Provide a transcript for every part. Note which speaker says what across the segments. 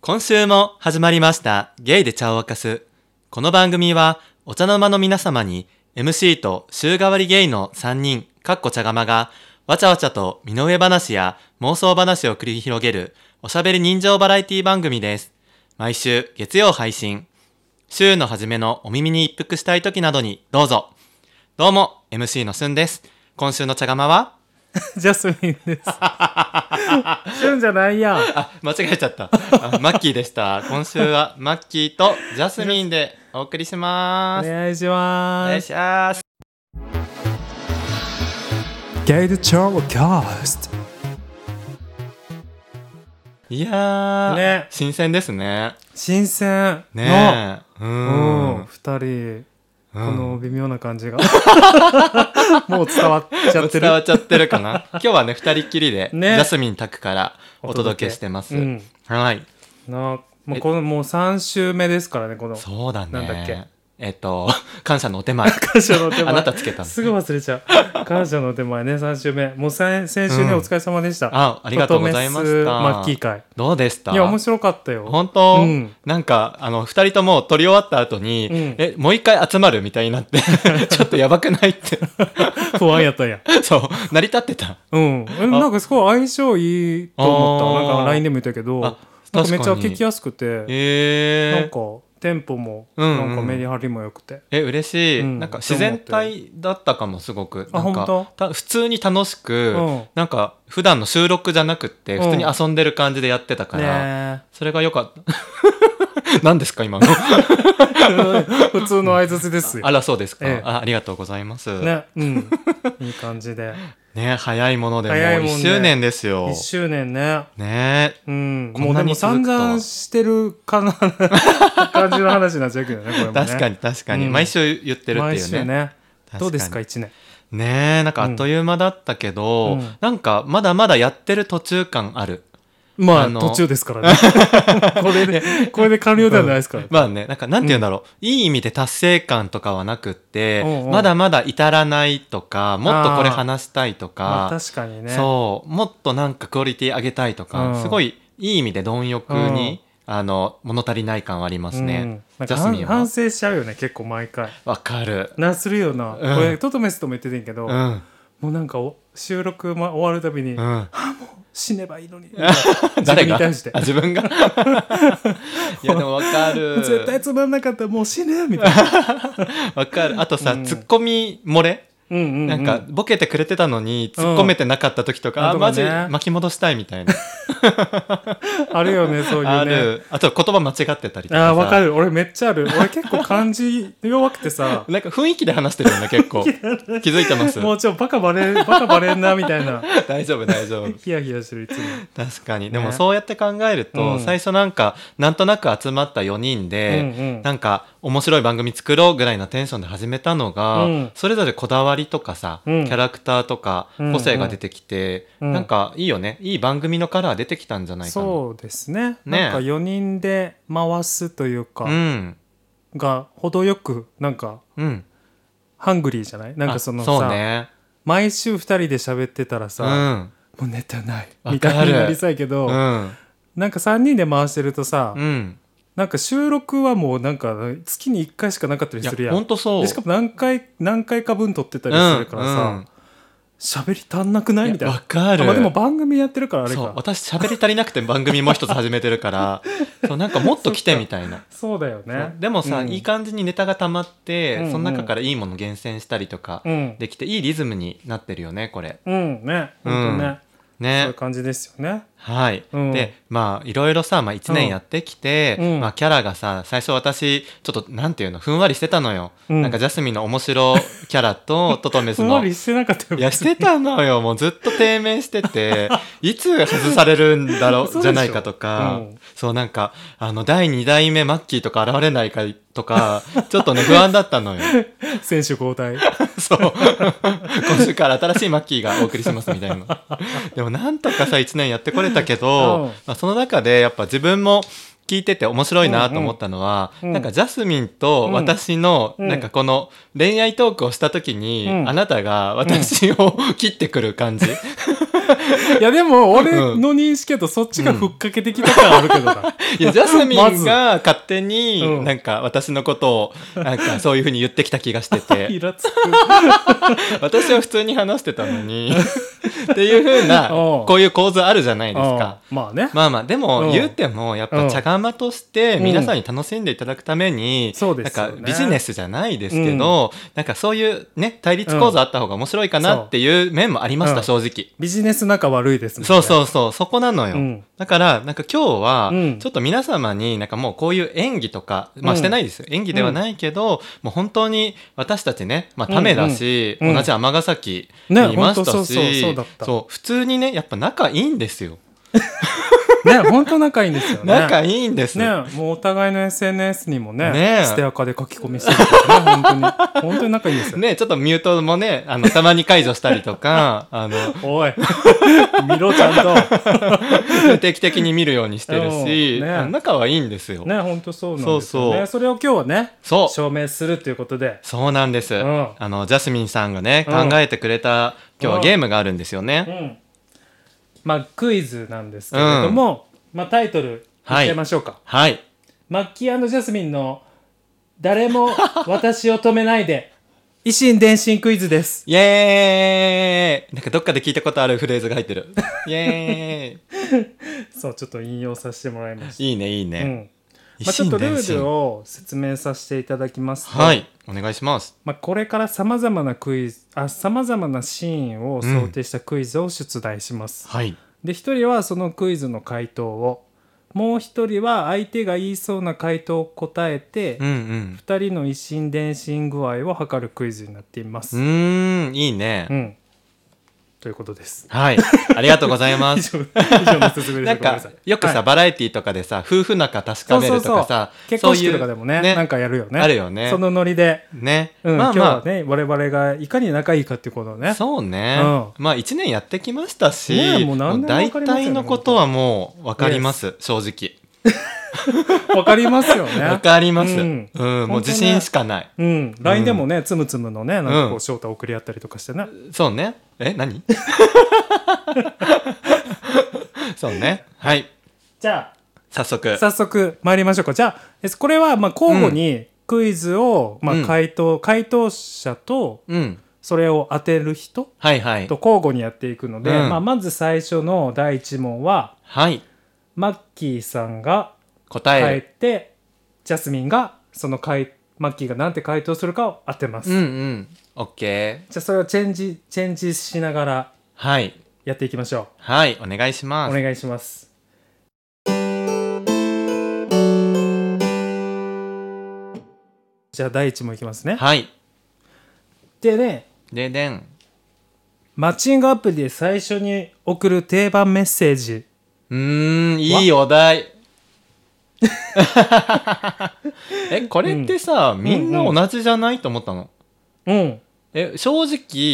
Speaker 1: 今週も始まりましたゲイで茶を沸かす。この番組はお茶の間の皆様に MC と週替わりゲイの3人、かっこ茶釜がわちゃわちゃと身の上話や妄想話を繰り広げるおしゃべり人情バラエティ番組です。毎週月曜配信。週の初めのお耳に一服したい時などにどうぞ。どうも、MC のすんです。今週の茶釜は
Speaker 2: ジャスミンです。シュンじゃないやん。
Speaker 1: あ、 間違えちゃった。あマッキーでした。今週はマッキーとジャスミンでお送りし
Speaker 2: お
Speaker 1: ます。
Speaker 2: 願いし
Speaker 1: お
Speaker 2: ま
Speaker 1: 願い
Speaker 2: す。
Speaker 1: します。
Speaker 2: ゲイルチョーキャスト。
Speaker 1: いやー、
Speaker 2: ね
Speaker 1: 新鮮ですね。
Speaker 2: 新鮮の、
Speaker 1: ねえ。う
Speaker 2: うん、
Speaker 1: ん。
Speaker 2: 二人、
Speaker 1: こ
Speaker 2: この微妙な感 じが。もう伝わっちゃって
Speaker 1: 伝わっ
Speaker 2: る。
Speaker 1: ちゃってるかな。今日はね、二人っきりで、
Speaker 2: ね
Speaker 1: ジャスミン宅からお届けしてます。
Speaker 2: うん。
Speaker 1: はい。
Speaker 2: な、も
Speaker 1: え
Speaker 2: うこの、もう3週目ですからね、この。
Speaker 1: そうだね。
Speaker 2: なんだっけ
Speaker 1: えっと、感謝のお手 前。
Speaker 2: 感謝の手前。
Speaker 1: あなたつけたの
Speaker 2: すぐ忘れちゃう。感謝の手前ね、3週目。もう先先週ね、
Speaker 1: うん
Speaker 2: お疲れ様でした。
Speaker 1: あ、ありがとうございま
Speaker 2: トトメ
Speaker 1: し
Speaker 2: ス
Speaker 1: た。
Speaker 2: マッキー会。
Speaker 1: どうでした
Speaker 2: いや、面白かったよ。
Speaker 1: 本当、
Speaker 2: うん
Speaker 1: なんかあの2人とも撮り終わった後に、
Speaker 2: うん
Speaker 1: えもう一回集まるみたいになって ちょっとやばくないって
Speaker 2: 不安やったんや。
Speaker 1: そう成り立って た
Speaker 2: うん、えなんかすごい相性いいと思
Speaker 1: あー
Speaker 2: ったなんか LINE でも言ったけど
Speaker 1: あ
Speaker 2: なんかめっちゃ
Speaker 1: 確かに
Speaker 2: 聞きやすくて、なん
Speaker 1: えー、
Speaker 2: かテンポも
Speaker 1: うんうん
Speaker 2: なんかメリハリも良くて、
Speaker 1: え嬉しい、
Speaker 2: うん
Speaker 1: なんか自然体だったかもすごく
Speaker 2: あ
Speaker 1: なんか
Speaker 2: 本
Speaker 1: た普通に楽しく、
Speaker 2: うん
Speaker 1: なんか普段の収録じゃなくって
Speaker 2: うん
Speaker 1: 普通に遊んでる感じでやってたから、
Speaker 2: ね
Speaker 1: それが良かった 何ですか今 の
Speaker 2: え普通の相槌ですよ
Speaker 1: あらそうですか、
Speaker 2: ええ
Speaker 1: あありがとうございますね
Speaker 2: ね、うん、いい感じで
Speaker 1: 早いものでもう
Speaker 2: 早いもんね
Speaker 1: 1周年ですよ
Speaker 2: 1周年ね
Speaker 1: ね
Speaker 2: うん、
Speaker 1: こ
Speaker 2: も
Speaker 1: ん
Speaker 2: う
Speaker 1: な
Speaker 2: で
Speaker 1: に
Speaker 2: も
Speaker 1: 続
Speaker 2: 散
Speaker 1: くとは
Speaker 2: 々してる かな感じの話になっちゃうけどねこれもね
Speaker 1: 確かに確かに、
Speaker 2: うん
Speaker 1: 毎週言ってるって
Speaker 2: 毎
Speaker 1: いう
Speaker 2: 週
Speaker 1: ね
Speaker 2: ね
Speaker 1: 確かに
Speaker 2: どうですか1年
Speaker 1: ねえなんかあっという間だったけど、
Speaker 2: うん
Speaker 1: なんかまだまだやってる途中感ある
Speaker 2: ま
Speaker 1: あ
Speaker 2: あ
Speaker 1: の
Speaker 2: 途中で すからねこれでこれで完了ではないですから、
Speaker 1: まあねなんかなんて言うんだろう、いい意味で達成感とかはなくって、
Speaker 2: うんうん
Speaker 1: まだまだ至らないとかもっとこれ
Speaker 2: あー
Speaker 1: 話したいと
Speaker 2: ま
Speaker 1: か
Speaker 2: あ、確かにね
Speaker 1: そうもっとなんかクオリティ上げたいとか、
Speaker 2: うん
Speaker 1: すごいいい意味で貪欲に、あの物足りない感はありますね、
Speaker 2: うん、なん
Speaker 1: ジ
Speaker 2: か
Speaker 1: ャス
Speaker 2: 反
Speaker 1: ミンは
Speaker 2: 反省しちゃうよね結構毎回
Speaker 1: わかる
Speaker 2: なするよな、
Speaker 1: うん
Speaker 2: これトトメスとも言っててんけど、
Speaker 1: う
Speaker 2: も
Speaker 1: ん
Speaker 2: うなんかお収録、ま、終わるたびに、
Speaker 1: うん
Speaker 2: 死ねばいいのに 自
Speaker 1: 誰
Speaker 2: 分に
Speaker 1: が
Speaker 2: 対して
Speaker 1: あ自分 がいやでもわかる
Speaker 2: 絶対つまんなかったらもう死ねみたいな
Speaker 1: わかるあとさ、
Speaker 2: うん
Speaker 1: ツッコミ漏れ
Speaker 2: うんうん、うん、
Speaker 1: なんかボケてくれてたのに突っ込めてなかった時とか、
Speaker 2: うん
Speaker 1: あマジ
Speaker 2: あとかね
Speaker 1: 巻き戻したいみたいな、
Speaker 2: あるよねそういうね
Speaker 1: あるあと言葉間違ってたりとかさ
Speaker 2: あーわかる俺めっちゃある俺結構感じ弱くてさ
Speaker 1: なんか雰囲気で話してるよね結 構気づいてます
Speaker 2: もうちょっとバカバ レバカバレんなみたいな
Speaker 1: 大丈夫大丈夫
Speaker 2: ヒヤヒヤしてるいつも
Speaker 1: 確かに
Speaker 2: ね
Speaker 1: でもそうやって考えると、
Speaker 2: うん
Speaker 1: 最初なんかなんとなく集まった4人で、
Speaker 2: うんうん
Speaker 1: なんか面白い番組作ろうぐらいなテンションで始めたのが、
Speaker 2: うん
Speaker 1: それぞれこだわりとかさ、
Speaker 2: うん
Speaker 1: キャラクターとか
Speaker 2: うん
Speaker 1: 個性が出てきて、
Speaker 2: うん
Speaker 1: なんかいいよねいい番組のカラー出てきたんじゃないかな
Speaker 2: そうですね
Speaker 1: ね
Speaker 2: なんか4人で回すというか、
Speaker 1: ん
Speaker 2: が程よくなんか
Speaker 1: うん
Speaker 2: ハングリーじゃないなんかその
Speaker 1: あ
Speaker 2: さ
Speaker 1: そうね
Speaker 2: 毎週2人で喋ってたら
Speaker 1: う
Speaker 2: さ、
Speaker 1: ん
Speaker 2: もうネタない
Speaker 1: わかる
Speaker 2: みたいになりそうやけど、
Speaker 1: うん
Speaker 2: なんか3人で回してるとさ、
Speaker 1: うん
Speaker 2: なんか収録はもうなんか月に1回しかなかったり
Speaker 1: い
Speaker 2: する
Speaker 1: や
Speaker 2: やん
Speaker 1: ほんとそう
Speaker 2: でしかも何回何回か分撮ってたりするからさ喋、り足んなく
Speaker 1: うん
Speaker 2: な
Speaker 1: うん
Speaker 2: い
Speaker 1: い
Speaker 2: みたい
Speaker 1: やわ
Speaker 2: な
Speaker 1: かる
Speaker 2: あまあでも番組やってるからあれ
Speaker 1: そう
Speaker 2: か
Speaker 1: 私喋り足りなくて番組もう一つ始めてるから そうなんかもっと来てみたいな
Speaker 2: そうだよね
Speaker 1: でもさ、
Speaker 2: うん
Speaker 1: いい感じにネタが溜まって、
Speaker 2: うんうん
Speaker 1: その中からいいもの厳選したりとか
Speaker 2: うん
Speaker 1: できて、いいリズムになってるよねこれ
Speaker 2: うんね
Speaker 1: うん
Speaker 2: 本当
Speaker 1: ね
Speaker 2: ね、そういう感じですよね
Speaker 1: はい、
Speaker 2: うん
Speaker 1: でまあいろいろさ、まあ、1年やってきて、
Speaker 2: うん
Speaker 1: まあ、キャラがさ最初私ちょっとなんていうのふんわりしてたのよ、
Speaker 2: うん
Speaker 1: なんかジャスミンの面白キャラ とトトメス
Speaker 2: ふんわ
Speaker 1: の
Speaker 2: り
Speaker 1: い
Speaker 2: してなかったよ
Speaker 1: やしてたのよもうずっと低迷してて いつ外されるんだろ
Speaker 2: そうでし
Speaker 1: う
Speaker 2: ょ
Speaker 1: じゃないかとか、
Speaker 2: うん
Speaker 1: そうなんかあの第2代目マッキーとか現れないかとかちょっとね不安だったのよ。
Speaker 2: 選手交代
Speaker 1: そう。今週から新しいマッキーがお送りしますみたいな。でもなんとかさ、1年やってこれたけど、
Speaker 2: うん
Speaker 1: まあ、その中でやっぱ自分も、聞いてて面白いなと思ったのは、
Speaker 2: うんうん
Speaker 1: なんかジャスミンと私の、
Speaker 2: うん
Speaker 1: なんかこの恋愛トークをした時に、
Speaker 2: うん
Speaker 1: あなたが私を切ってくる 感じ、
Speaker 2: いやでも俺
Speaker 1: うん
Speaker 2: の認識だとそっちがふっかけてきた感あるけど な。
Speaker 1: いやジャスミ
Speaker 2: ま
Speaker 1: ン
Speaker 2: ず
Speaker 1: が勝手に、
Speaker 2: うん
Speaker 1: なんか私のことをなんかそういうふうに言ってきた気がして て
Speaker 2: イラつく。
Speaker 1: 私は普通に話してたのにっていうふうな
Speaker 2: おう
Speaker 1: こういう構図あるじゃないですか。
Speaker 2: うんまあね。
Speaker 1: まあまあで
Speaker 2: う
Speaker 1: も
Speaker 2: ん
Speaker 1: 言うてもやっ
Speaker 2: う
Speaker 1: ぱ
Speaker 2: ん
Speaker 1: 茶釜として皆さんに楽しんでいただくために、
Speaker 2: そうで
Speaker 1: なん
Speaker 2: すよ
Speaker 1: か
Speaker 2: ね
Speaker 1: ビジネスじゃないですけど、なんかそういうね対立構造あった方が面白いかなっていう面もありました、
Speaker 2: うん
Speaker 1: 正直、
Speaker 2: ビジネス仲悪いですもんね。
Speaker 1: そうそうそうそこなのよ、
Speaker 2: うん
Speaker 1: だからなんか今日は
Speaker 2: うん
Speaker 1: ちょっと皆様になんかもうこういう演技とか、まあ
Speaker 2: うん
Speaker 1: してないですよ演技ではないけど、もう本当に私たちねまあためだし、
Speaker 2: うんうん
Speaker 1: 同じ尼崎
Speaker 2: ね
Speaker 1: にいました
Speaker 2: 本当そうそう
Speaker 1: し、
Speaker 2: そうだった
Speaker 1: そう普通にねやっぱ仲いいんですよ
Speaker 2: ね、本当仲いいんですよね。
Speaker 1: 仲いいんです、
Speaker 2: ね、もうお互いの SNS にもね、
Speaker 1: ね
Speaker 2: ステアカで書き込みしてるからね、本 当に。本当に仲いいんですよ。
Speaker 1: ね、ちょっとミュートもね、あの、たまに解除したりと か、あの、
Speaker 2: おい、見ろちゃんと。
Speaker 1: 定期的に見るようにしてるし、
Speaker 2: うんね
Speaker 1: あの仲はいいんですよ。
Speaker 2: ね、本当そうなんですよ
Speaker 1: そ
Speaker 2: ね。
Speaker 1: うそう
Speaker 2: それを今日はね、
Speaker 1: そう
Speaker 2: 証明するということで。
Speaker 1: そうなんです。
Speaker 2: ん
Speaker 1: あの、ジャスミンさんがね、
Speaker 2: うん
Speaker 1: 考えてくれた、今日はゲームがあるんですよ
Speaker 2: う
Speaker 1: ね。
Speaker 2: ん。まあ、クイズなんですけれども、まあ、タイトル、言っちゃいましょうか。
Speaker 1: はい。
Speaker 2: マッキージャスミンの、誰も私を止めない で、維新伝心クイズです。
Speaker 1: イエーイなんかどっかで聞いたことあるフレーズが入って る。イエー
Speaker 2: そう、ちょっと引用させてもらいまし
Speaker 1: イいいね、いい
Speaker 2: た。う
Speaker 1: ね。
Speaker 2: ん。
Speaker 1: 一
Speaker 2: まあ、ちょっ
Speaker 1: 心
Speaker 2: とル
Speaker 1: 伝
Speaker 2: ール
Speaker 1: 心。
Speaker 2: を説明させていただきますと、
Speaker 1: はい。お願いします。
Speaker 2: まあ、これからさまざまなクイズあさまざまなシーンを想定したクイズを出題します、
Speaker 1: はい。
Speaker 2: で一人はそのクイズの回答をもう一人は相手が言いそうな回答を答えて、
Speaker 1: うんうん。
Speaker 2: 二人の一心伝心具合を測るクイズになっています、
Speaker 1: うーん、いいね
Speaker 2: う。んということです
Speaker 1: はい。ありがとうございま
Speaker 2: 以
Speaker 1: す。
Speaker 2: 上以上の説明
Speaker 1: なん
Speaker 2: でしたごめんな
Speaker 1: か
Speaker 2: さい
Speaker 1: よくさ、
Speaker 2: はい
Speaker 1: バラエティーとかでさ夫婦仲確かめるとかさ
Speaker 2: 結婚式
Speaker 1: そうい
Speaker 2: と
Speaker 1: う
Speaker 2: かでもねなんかやるよね
Speaker 1: あるよね
Speaker 2: そのノリで、
Speaker 1: ね、
Speaker 2: うん
Speaker 1: まあま
Speaker 2: 今日はね我々がいかに仲いいかっていうことを
Speaker 1: あ
Speaker 2: ね
Speaker 1: そうね、
Speaker 2: う
Speaker 1: まあ1年やってきましたし、
Speaker 2: ねえもう何
Speaker 1: もう
Speaker 2: 年
Speaker 1: 大
Speaker 2: もわかりま
Speaker 1: 体
Speaker 2: すよね
Speaker 1: のことはもう分かります正直
Speaker 2: わかります よね。
Speaker 1: 分かります、う
Speaker 2: うんん
Speaker 1: もう自信しかない、
Speaker 2: うん、LINE でもね、つむつむのね、なんか
Speaker 1: う
Speaker 2: こ
Speaker 1: ん
Speaker 2: う、翔太送り合ったりとかしてね。
Speaker 1: そうねえ何 そうねはい
Speaker 2: じゃ
Speaker 1: 早速
Speaker 2: あ、早速参りましょうか。じゃあ、えこれは、まあ、交互にクイズを、ま
Speaker 1: う
Speaker 2: あ、
Speaker 1: ん
Speaker 2: 回答、回答者と、
Speaker 1: うん
Speaker 2: それを当てる人
Speaker 1: はいはい
Speaker 2: と交互にやっていくので、
Speaker 1: うん
Speaker 2: まあ、まず最初の第一問は、
Speaker 1: はい
Speaker 2: マッキーさんが
Speaker 1: 答
Speaker 2: 帰
Speaker 1: え
Speaker 2: っ
Speaker 1: る、
Speaker 2: て、ジャスミンが、その回、マッキーがなんて回答するかを当てます。
Speaker 1: うんうんオッケー
Speaker 2: じゃあ、それをチェンジ、チェンジしながら
Speaker 1: はい
Speaker 2: やっていきましょう。
Speaker 1: はいお願いしま
Speaker 2: お
Speaker 1: す
Speaker 2: 願いします。じゃあ第一問いきますね。
Speaker 1: はい
Speaker 2: でね、
Speaker 1: ででん
Speaker 2: マッチングアプリで最初に送る定番メッセージ。
Speaker 1: うーんいいお題 えこれってさ、みんな同じじゃない、と思ったの
Speaker 2: うん。
Speaker 1: え正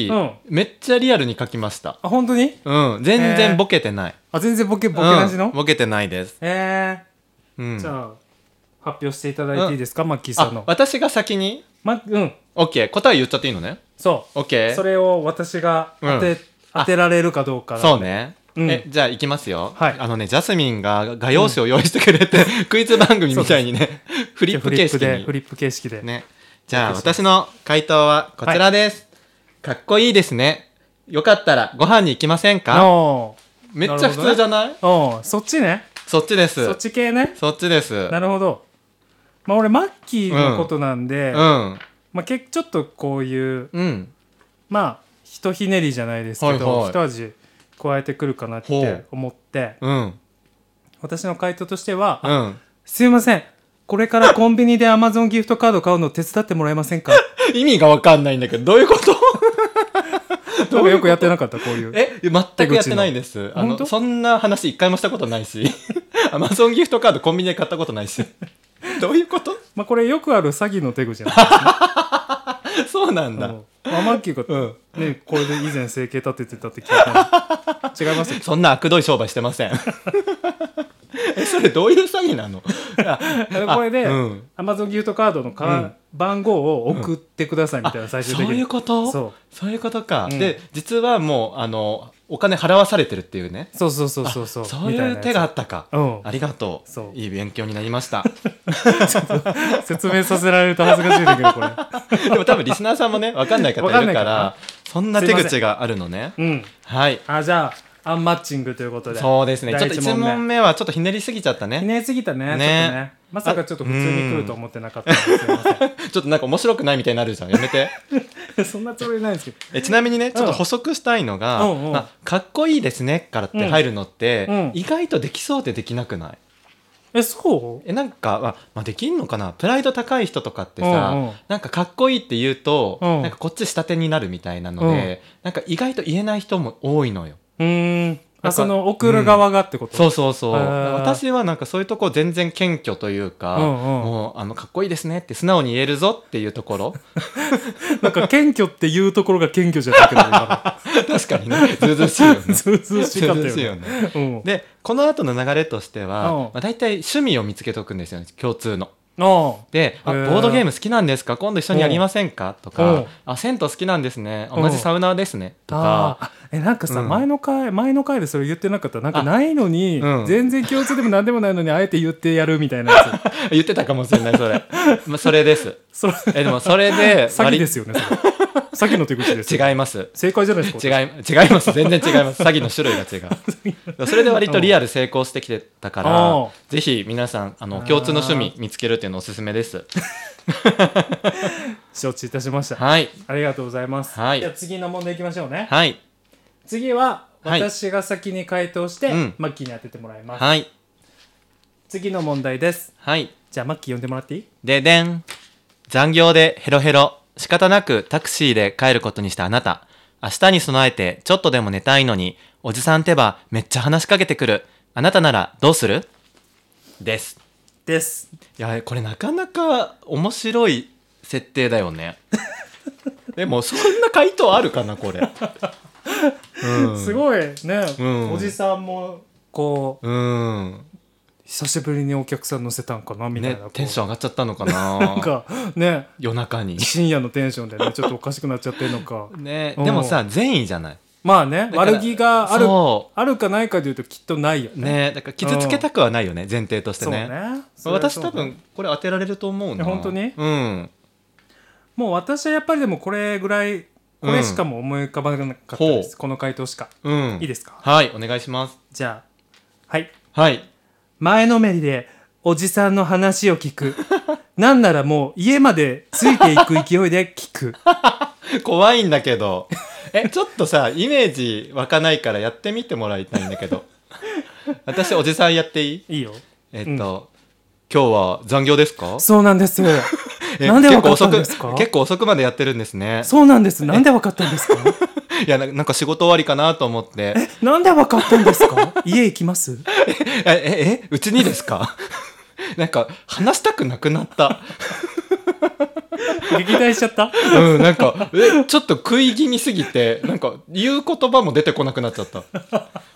Speaker 1: 直、
Speaker 2: う
Speaker 1: めっちゃリアルに書きました
Speaker 2: あ、本当に
Speaker 1: うん全
Speaker 2: え
Speaker 1: 然
Speaker 2: ー
Speaker 1: ボケてない、
Speaker 2: あ、全然ボケ、ボケなしの、
Speaker 1: うんボケてないです、
Speaker 2: え
Speaker 1: うん、
Speaker 2: ー、じゃあ、発表していただいていいですか、マッキーさん
Speaker 1: あ
Speaker 2: の。
Speaker 1: 私が先に
Speaker 2: ま、うん。
Speaker 1: OK 答え言っちゃっていいのね
Speaker 2: そ
Speaker 1: OK
Speaker 2: う。それを私が当て、
Speaker 1: うん
Speaker 2: 当てられるかどうか。
Speaker 1: そうね。
Speaker 2: うん
Speaker 1: えじゃあ行きますよ、
Speaker 2: はい
Speaker 1: あのねジャスミンが画用紙を用意してくれて、 クイズ番組みたいにねフリ
Speaker 2: じゃ
Speaker 1: ッ
Speaker 2: あフ
Speaker 1: プ
Speaker 2: リ
Speaker 1: 形
Speaker 2: ップ
Speaker 1: 式
Speaker 2: で、
Speaker 1: に
Speaker 2: フリップ形式で。
Speaker 1: ね。じゃあ、私の回答はこちらです。かっこいいですね。よかったらご飯に行きませんか
Speaker 2: おー
Speaker 1: めっちゃ普通じゃない
Speaker 2: おーそっちね。
Speaker 1: そっちです。
Speaker 2: そっち系ね。
Speaker 1: そっちです。う
Speaker 2: なるほど。まあ俺マッキーのことなんで、
Speaker 1: ん。
Speaker 2: まあけちょっとこういう
Speaker 1: うん。
Speaker 2: まあひとひねりじゃないですけど、
Speaker 1: はいはい
Speaker 2: 一味加えてくるかなっ
Speaker 1: ほ
Speaker 2: て
Speaker 1: う
Speaker 2: 思って、
Speaker 1: うん。
Speaker 2: 私の回答としては、
Speaker 1: う
Speaker 2: あ
Speaker 1: ん。
Speaker 2: すいません。これからコンビニで Amazon ギフトカード買うの手伝ってもらえ ませんか
Speaker 1: 意味がわかんないんだけど、どういうこと
Speaker 2: なんかよくやってなかった、こうい う。
Speaker 1: え、全くやってないです。あ
Speaker 2: 本
Speaker 1: の、
Speaker 2: 当
Speaker 1: そんな話一回もしたことないし。 アマゾンギフトカードコンビニで買ったこと ないし。どういうこと
Speaker 2: まあこれよくある詐欺の手口なんです
Speaker 1: そうなん
Speaker 2: け
Speaker 1: だ。
Speaker 2: ど、まあ、マッキー
Speaker 1: う
Speaker 2: が、
Speaker 1: ん。
Speaker 2: ね、これで以前整形立て てたって聞いたの違いますよ
Speaker 1: そんな悪どい商売してません。え、それどういう詐欺なの
Speaker 2: あこれで、
Speaker 1: あうん
Speaker 2: アマゾンギフトカードのか、
Speaker 1: うん
Speaker 2: 番号を送ってくださいみたいな、最終
Speaker 1: そ
Speaker 2: 的
Speaker 1: うい
Speaker 2: に
Speaker 1: うこと
Speaker 2: そう
Speaker 1: そういうことか、
Speaker 2: うん
Speaker 1: で実はもうあのお金払わされてるっていうね
Speaker 2: そうそうそうそうそう
Speaker 1: あそう
Speaker 2: みた
Speaker 1: い
Speaker 2: なや
Speaker 1: う
Speaker 2: つ
Speaker 1: 手があったか、
Speaker 2: うん
Speaker 1: ありがとう
Speaker 2: そう
Speaker 1: いい勉強になりました
Speaker 2: 説明させられると恥ずかしいんだけどこれ
Speaker 1: でも多分リスナーさんもね分かんない方いるから
Speaker 2: わかんないから
Speaker 1: そんな手口があるのね
Speaker 2: うん
Speaker 1: はい
Speaker 2: あじゃあアンマッチングということで
Speaker 1: そうですねちょ
Speaker 2: 第
Speaker 1: っと
Speaker 2: 一
Speaker 1: 1問目はちょっとひねりすぎちゃったね
Speaker 2: ひねりすぎたね
Speaker 1: ね
Speaker 2: ちょっとねまさかちょっと普通に来ると思ってなかったんですよすいま
Speaker 1: ちょっとなんか面白くないみたいになるじゃんやめ て
Speaker 2: せんそんなつもりないんですけど
Speaker 1: えちなみにねちょっと補足したいのが、
Speaker 2: うんうんうん
Speaker 1: まあかっこいいですね」からって入るのって、
Speaker 2: うんうん
Speaker 1: 意外とできそうでできなくない
Speaker 2: えそう
Speaker 1: えなんか、まあまあ、できんのかなプライド高い人とかってさ、
Speaker 2: うんうん
Speaker 1: なんかかっこいいって言うと、
Speaker 2: うん
Speaker 1: なんかこっち下手になるみたいなので、なんか意外と言えない人も多いのよ。
Speaker 2: うーん
Speaker 1: なんか
Speaker 2: あその送る側がってこと
Speaker 1: そうそうそう
Speaker 2: へー
Speaker 1: 私はなんかそういうとこ全然謙虚というか、
Speaker 2: うんうん
Speaker 1: もうあのかっこいいですねって素直に言えるぞっていうと ころ
Speaker 2: なんか謙虚っていうところが謙虚じゃなくなるか
Speaker 1: 確かにねずうずうしいよね。
Speaker 2: らずうずうしかった
Speaker 1: ずうずうしい
Speaker 2: よ
Speaker 1: よ
Speaker 2: ね
Speaker 1: ね
Speaker 2: うん
Speaker 1: でこの後の流れとしては、
Speaker 2: うん
Speaker 1: まあ、大体趣味を見つけておくんですよね共通の。
Speaker 2: あ
Speaker 1: で、あ
Speaker 2: へー
Speaker 1: ボードゲーム好きなんですか今度一緒にやりませんかと
Speaker 2: う
Speaker 1: か
Speaker 2: ん、
Speaker 1: あ、銭湯好きなんですね
Speaker 2: うん
Speaker 1: 同じサウナーですねとか、
Speaker 2: ああえなんかさ、
Speaker 1: うん
Speaker 2: 前の回前の回でそれ言ってなかったなんかないのに、
Speaker 1: うん
Speaker 2: 全然共通でも何でもないのにあえて言ってやるみたいなや
Speaker 1: 言ってたかもしれない、 それ。まあ、それです。
Speaker 2: つそれ
Speaker 1: え、でもそれで、
Speaker 2: 詐欺ですよねそ れ詐欺の手口ですよ
Speaker 1: 割違います。
Speaker 2: 正解じゃないです
Speaker 1: 違
Speaker 2: か
Speaker 1: い、違います。全然違います。詐欺の種類が違う。それで割とリアル成功してきてたか
Speaker 2: うん
Speaker 1: ら、ぜひ皆さん、あの、
Speaker 2: あー
Speaker 1: 共通の趣味見つけるっていうのおすすめです。
Speaker 2: 承知いたしました
Speaker 1: はい。
Speaker 2: ありがとうございます、
Speaker 1: はい
Speaker 2: じゃあ次の問題いきましょうね
Speaker 1: はい。
Speaker 2: 次は
Speaker 1: はい
Speaker 2: 私が先に回答して、
Speaker 1: うん
Speaker 2: マッキーに当ててもらいます、
Speaker 1: はい。
Speaker 2: 次の問題です
Speaker 1: はい。
Speaker 2: じゃあマッキー呼んでもらっていい
Speaker 1: ででん残業でヘロヘロ仕方なくタクシーで帰ることにしたあなた明日に備えてちょっとでも寝たいのにおじさんってばめっちゃ話しかけてくるあなたならどうするです
Speaker 2: です
Speaker 1: いやこれなかなか面白い設定だよね でもそんな回答あるかなこれ、うん、
Speaker 2: す
Speaker 1: い
Speaker 2: ごいね、
Speaker 1: うん
Speaker 2: おじさんもこう
Speaker 1: うん
Speaker 2: 久しぶりにお客さん乗せたんかなみたい
Speaker 1: ね
Speaker 2: な、こう
Speaker 1: テンション上がっちゃったのか
Speaker 2: なん
Speaker 1: な
Speaker 2: かね
Speaker 1: 夜中 に
Speaker 2: 深夜のテンションでねちょっとおかしくなっちゃってるのか
Speaker 1: ね
Speaker 2: うん
Speaker 1: でもさ善意じゃない
Speaker 2: まあね
Speaker 1: だから
Speaker 2: 悪気がある
Speaker 1: そう
Speaker 2: あるかないかでいうときっとないよね
Speaker 1: ねだから傷つけたくはないよね、前提として
Speaker 2: そう
Speaker 1: ね
Speaker 2: ねそれは
Speaker 1: 私
Speaker 2: そう
Speaker 1: 多分これ当てられると思うな
Speaker 2: え本当に
Speaker 1: うん
Speaker 2: もう私はやっぱりでもこれぐらいこれしかもう思い浮かばなかったです、
Speaker 1: ほう
Speaker 2: この回答しか
Speaker 1: うん
Speaker 2: いいですか
Speaker 1: はいお願いします
Speaker 2: じゃあはい
Speaker 1: はい
Speaker 2: 前のめりでおじさんの話を聞く なんならもう家までついていく勢いで聞く
Speaker 1: 怖いんだけどえちょっとさイメージ湧かないからやってみてもらいたいんだけ ど私おじさんやっていい
Speaker 2: いいよ
Speaker 1: えっと、今日は残業ですか
Speaker 2: そうなんですよ
Speaker 1: え
Speaker 2: なんでわ
Speaker 1: 結
Speaker 2: か
Speaker 1: 構
Speaker 2: った
Speaker 1: 遅
Speaker 2: ん
Speaker 1: く
Speaker 2: ですか
Speaker 1: 結構遅くまでやってるんですね
Speaker 2: そうなんですなんでわかったんで すか
Speaker 1: いやななんか仕事終わりかなと思って
Speaker 2: なんでわかったんですか家行 きます
Speaker 1: え、え、え、うちにですか なんか、話したくなくなった。
Speaker 2: 撃退しちゃった
Speaker 1: うん、なんか、え、ちょっと食い気味すぎて、なんか、言う言葉も出てこなくなっちゃった。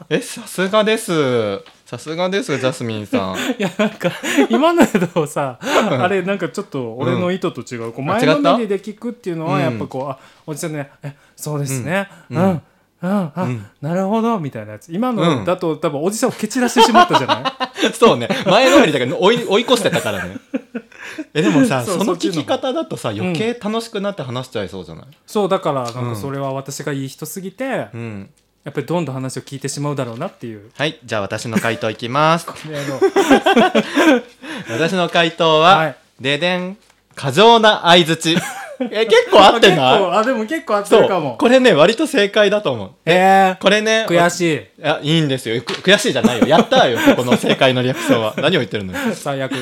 Speaker 1: え、さすがです。さすがです、ジャスミンさん。
Speaker 2: いやなんか今のやつをさあれなんかちょっと俺の意図と違う,、こう
Speaker 1: あ
Speaker 2: 前
Speaker 1: 違った
Speaker 2: のめりで聞くっていうのは
Speaker 1: うん
Speaker 2: やっぱこう、あおじさんねえそうですねう
Speaker 1: うんん
Speaker 2: うん、
Speaker 1: うん
Speaker 2: あ、
Speaker 1: ん
Speaker 2: なるほどみたいなやつ今
Speaker 1: う
Speaker 2: の
Speaker 1: ん
Speaker 2: だと、多分おじさんを蹴散らしてしまったじ ゃない
Speaker 1: そうね、前のめりだから追い、追い越してたからね。え、でもさ、
Speaker 2: そ
Speaker 1: そ
Speaker 2: う
Speaker 1: の
Speaker 2: そっち
Speaker 1: 聞
Speaker 2: の方
Speaker 1: き方だとさ、余計楽しくなって話しちゃいそうじゃない、
Speaker 2: そうだからなん
Speaker 1: う
Speaker 2: か
Speaker 1: ん
Speaker 2: それは私がいい人すぎて、や
Speaker 1: うん、
Speaker 2: っぱりどんどん話を聞いてしまうだろうなっていう。
Speaker 1: はい、じゃあ私の回答いき ます。
Speaker 2: であの
Speaker 1: 私の回答は、
Speaker 2: はい
Speaker 1: ででん、過剰な相槌。え、結構合って
Speaker 2: あ
Speaker 1: ない
Speaker 2: 結構あでも 結構合って
Speaker 1: そ
Speaker 2: るかも
Speaker 1: う。これね、割と正解だと思う。
Speaker 2: えー、
Speaker 1: これね、
Speaker 2: 悔し
Speaker 1: いや、いいんですよ。く悔しいじゃないよ。やったよ、 ここの正解のリアクションは。何を言ってるのよ
Speaker 2: い最悪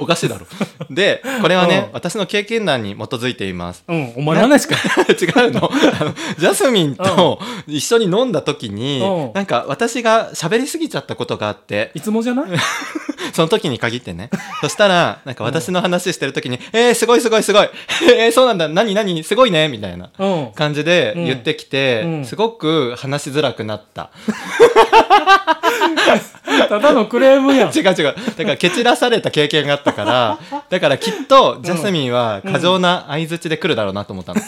Speaker 1: おかしいだろ。で、これはね、
Speaker 2: うん
Speaker 1: 私の経験談に基づいています。
Speaker 2: うんお前何しか
Speaker 1: 違うのあのジャスミンと一緒に飲んだ時に、
Speaker 2: うん
Speaker 1: なんか私が喋りすぎちゃったことがあって、
Speaker 2: いつもじゃない
Speaker 1: その時に限 ってね。そしたら、なんか私の話してる時に、えー、すごいすごいすごい えー、そうなんだ、何何すごいねみたいな
Speaker 2: うん。
Speaker 1: 感じで言ってきて、
Speaker 2: うんうん
Speaker 1: すごく話しづらくなった。
Speaker 2: ただのクレームやん。
Speaker 1: 違う違う。だから蹴散らされた経験があった から、だからきっとジャスミンは過剰な相槌で来るだろうなと思ったの。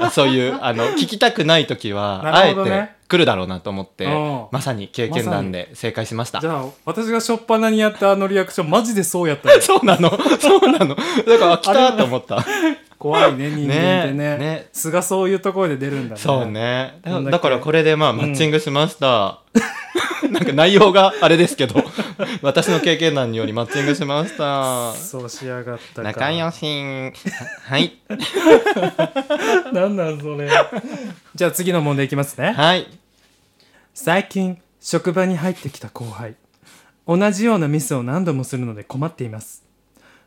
Speaker 1: あそういう、あの、聞きたくない時は、あ
Speaker 2: なる
Speaker 1: え
Speaker 2: ほどね
Speaker 1: て来るだろうなと思って
Speaker 2: うん、
Speaker 1: まさに経験談で正解しました
Speaker 2: じ。ゃあ、私が初っ端にやったあのリアクション、マジでそう やったよ
Speaker 1: そうなのそうなのだから、あ来たと思った。
Speaker 2: 怖いね、人間っ
Speaker 1: ね
Speaker 2: てね。
Speaker 1: ね
Speaker 2: 素がそういうところで出るんだね。
Speaker 1: そう。ね。だか
Speaker 2: なんだ
Speaker 1: ら
Speaker 2: っけ
Speaker 1: だからこれでまあマッチングしました。 なんか内容があれですけど、 私の経験談によりマッチングしました。
Speaker 2: そうしやがったか。
Speaker 1: 仲良しん。はい。
Speaker 2: なんなんそれ。じゃあ次の問題いきますね。
Speaker 1: はい。
Speaker 2: 最近、職場に入ってきた後輩。同じようなミスを何度もするので困っています。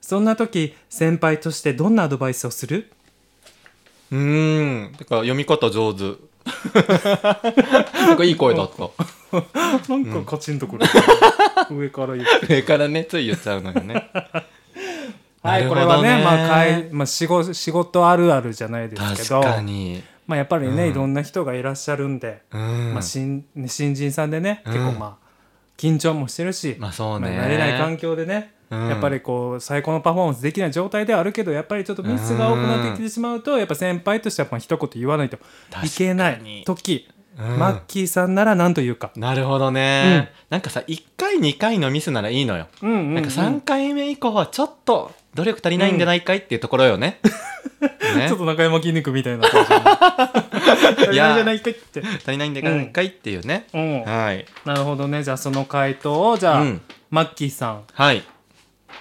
Speaker 2: そんな時、先輩としてどんなアドバイスをする
Speaker 1: うーん。だから読み方上 手。なんかいい声だった。
Speaker 2: なんかカチンとくる。上から言って
Speaker 1: 上からね、つい言っちゃうのよ ね。
Speaker 2: はい、
Speaker 1: なる
Speaker 2: こ
Speaker 1: ほ
Speaker 2: れ
Speaker 1: ど
Speaker 2: はね、まあ、かい、まあ、仕事、仕事あるあるじゃないですけ
Speaker 1: 確
Speaker 2: ど。
Speaker 1: かに。
Speaker 2: まあ、やっぱりね、
Speaker 1: うん
Speaker 2: いろんな人がいらっしゃるんで、
Speaker 1: うん。
Speaker 2: まあ、新、ね新人さんでね、
Speaker 1: うん
Speaker 2: 結構、まあ。緊張もしてるし、
Speaker 1: まあそうね
Speaker 2: 慣れない環境でね、
Speaker 1: うん
Speaker 2: やっぱりこう最高のパフォーマンスできない状態ではあるけどやっぱりちょっとミスが多くなってきてしまうと、やっぱ先輩としてはまあ一言言わないといけな
Speaker 1: 確か
Speaker 2: い
Speaker 1: に
Speaker 2: 時、
Speaker 1: うん
Speaker 2: マッキーさんなら何というか、
Speaker 1: なるほどね、なんかさ1回2回のミスならいいのよ、
Speaker 2: うんうんうん
Speaker 1: なんか3回目以降はちょっと努力足りないんじゃないかいっていうところよね。ね
Speaker 2: ちょっと中山筋肉みたいな感じ
Speaker 1: い
Speaker 2: じ
Speaker 1: や
Speaker 2: ゃないかって、
Speaker 1: 足りないんじゃないかいっていうね。
Speaker 2: うん、
Speaker 1: はい。
Speaker 2: なるほどね。じゃあその回答をじゃあ、
Speaker 1: うん
Speaker 2: マッキーさん
Speaker 1: はい。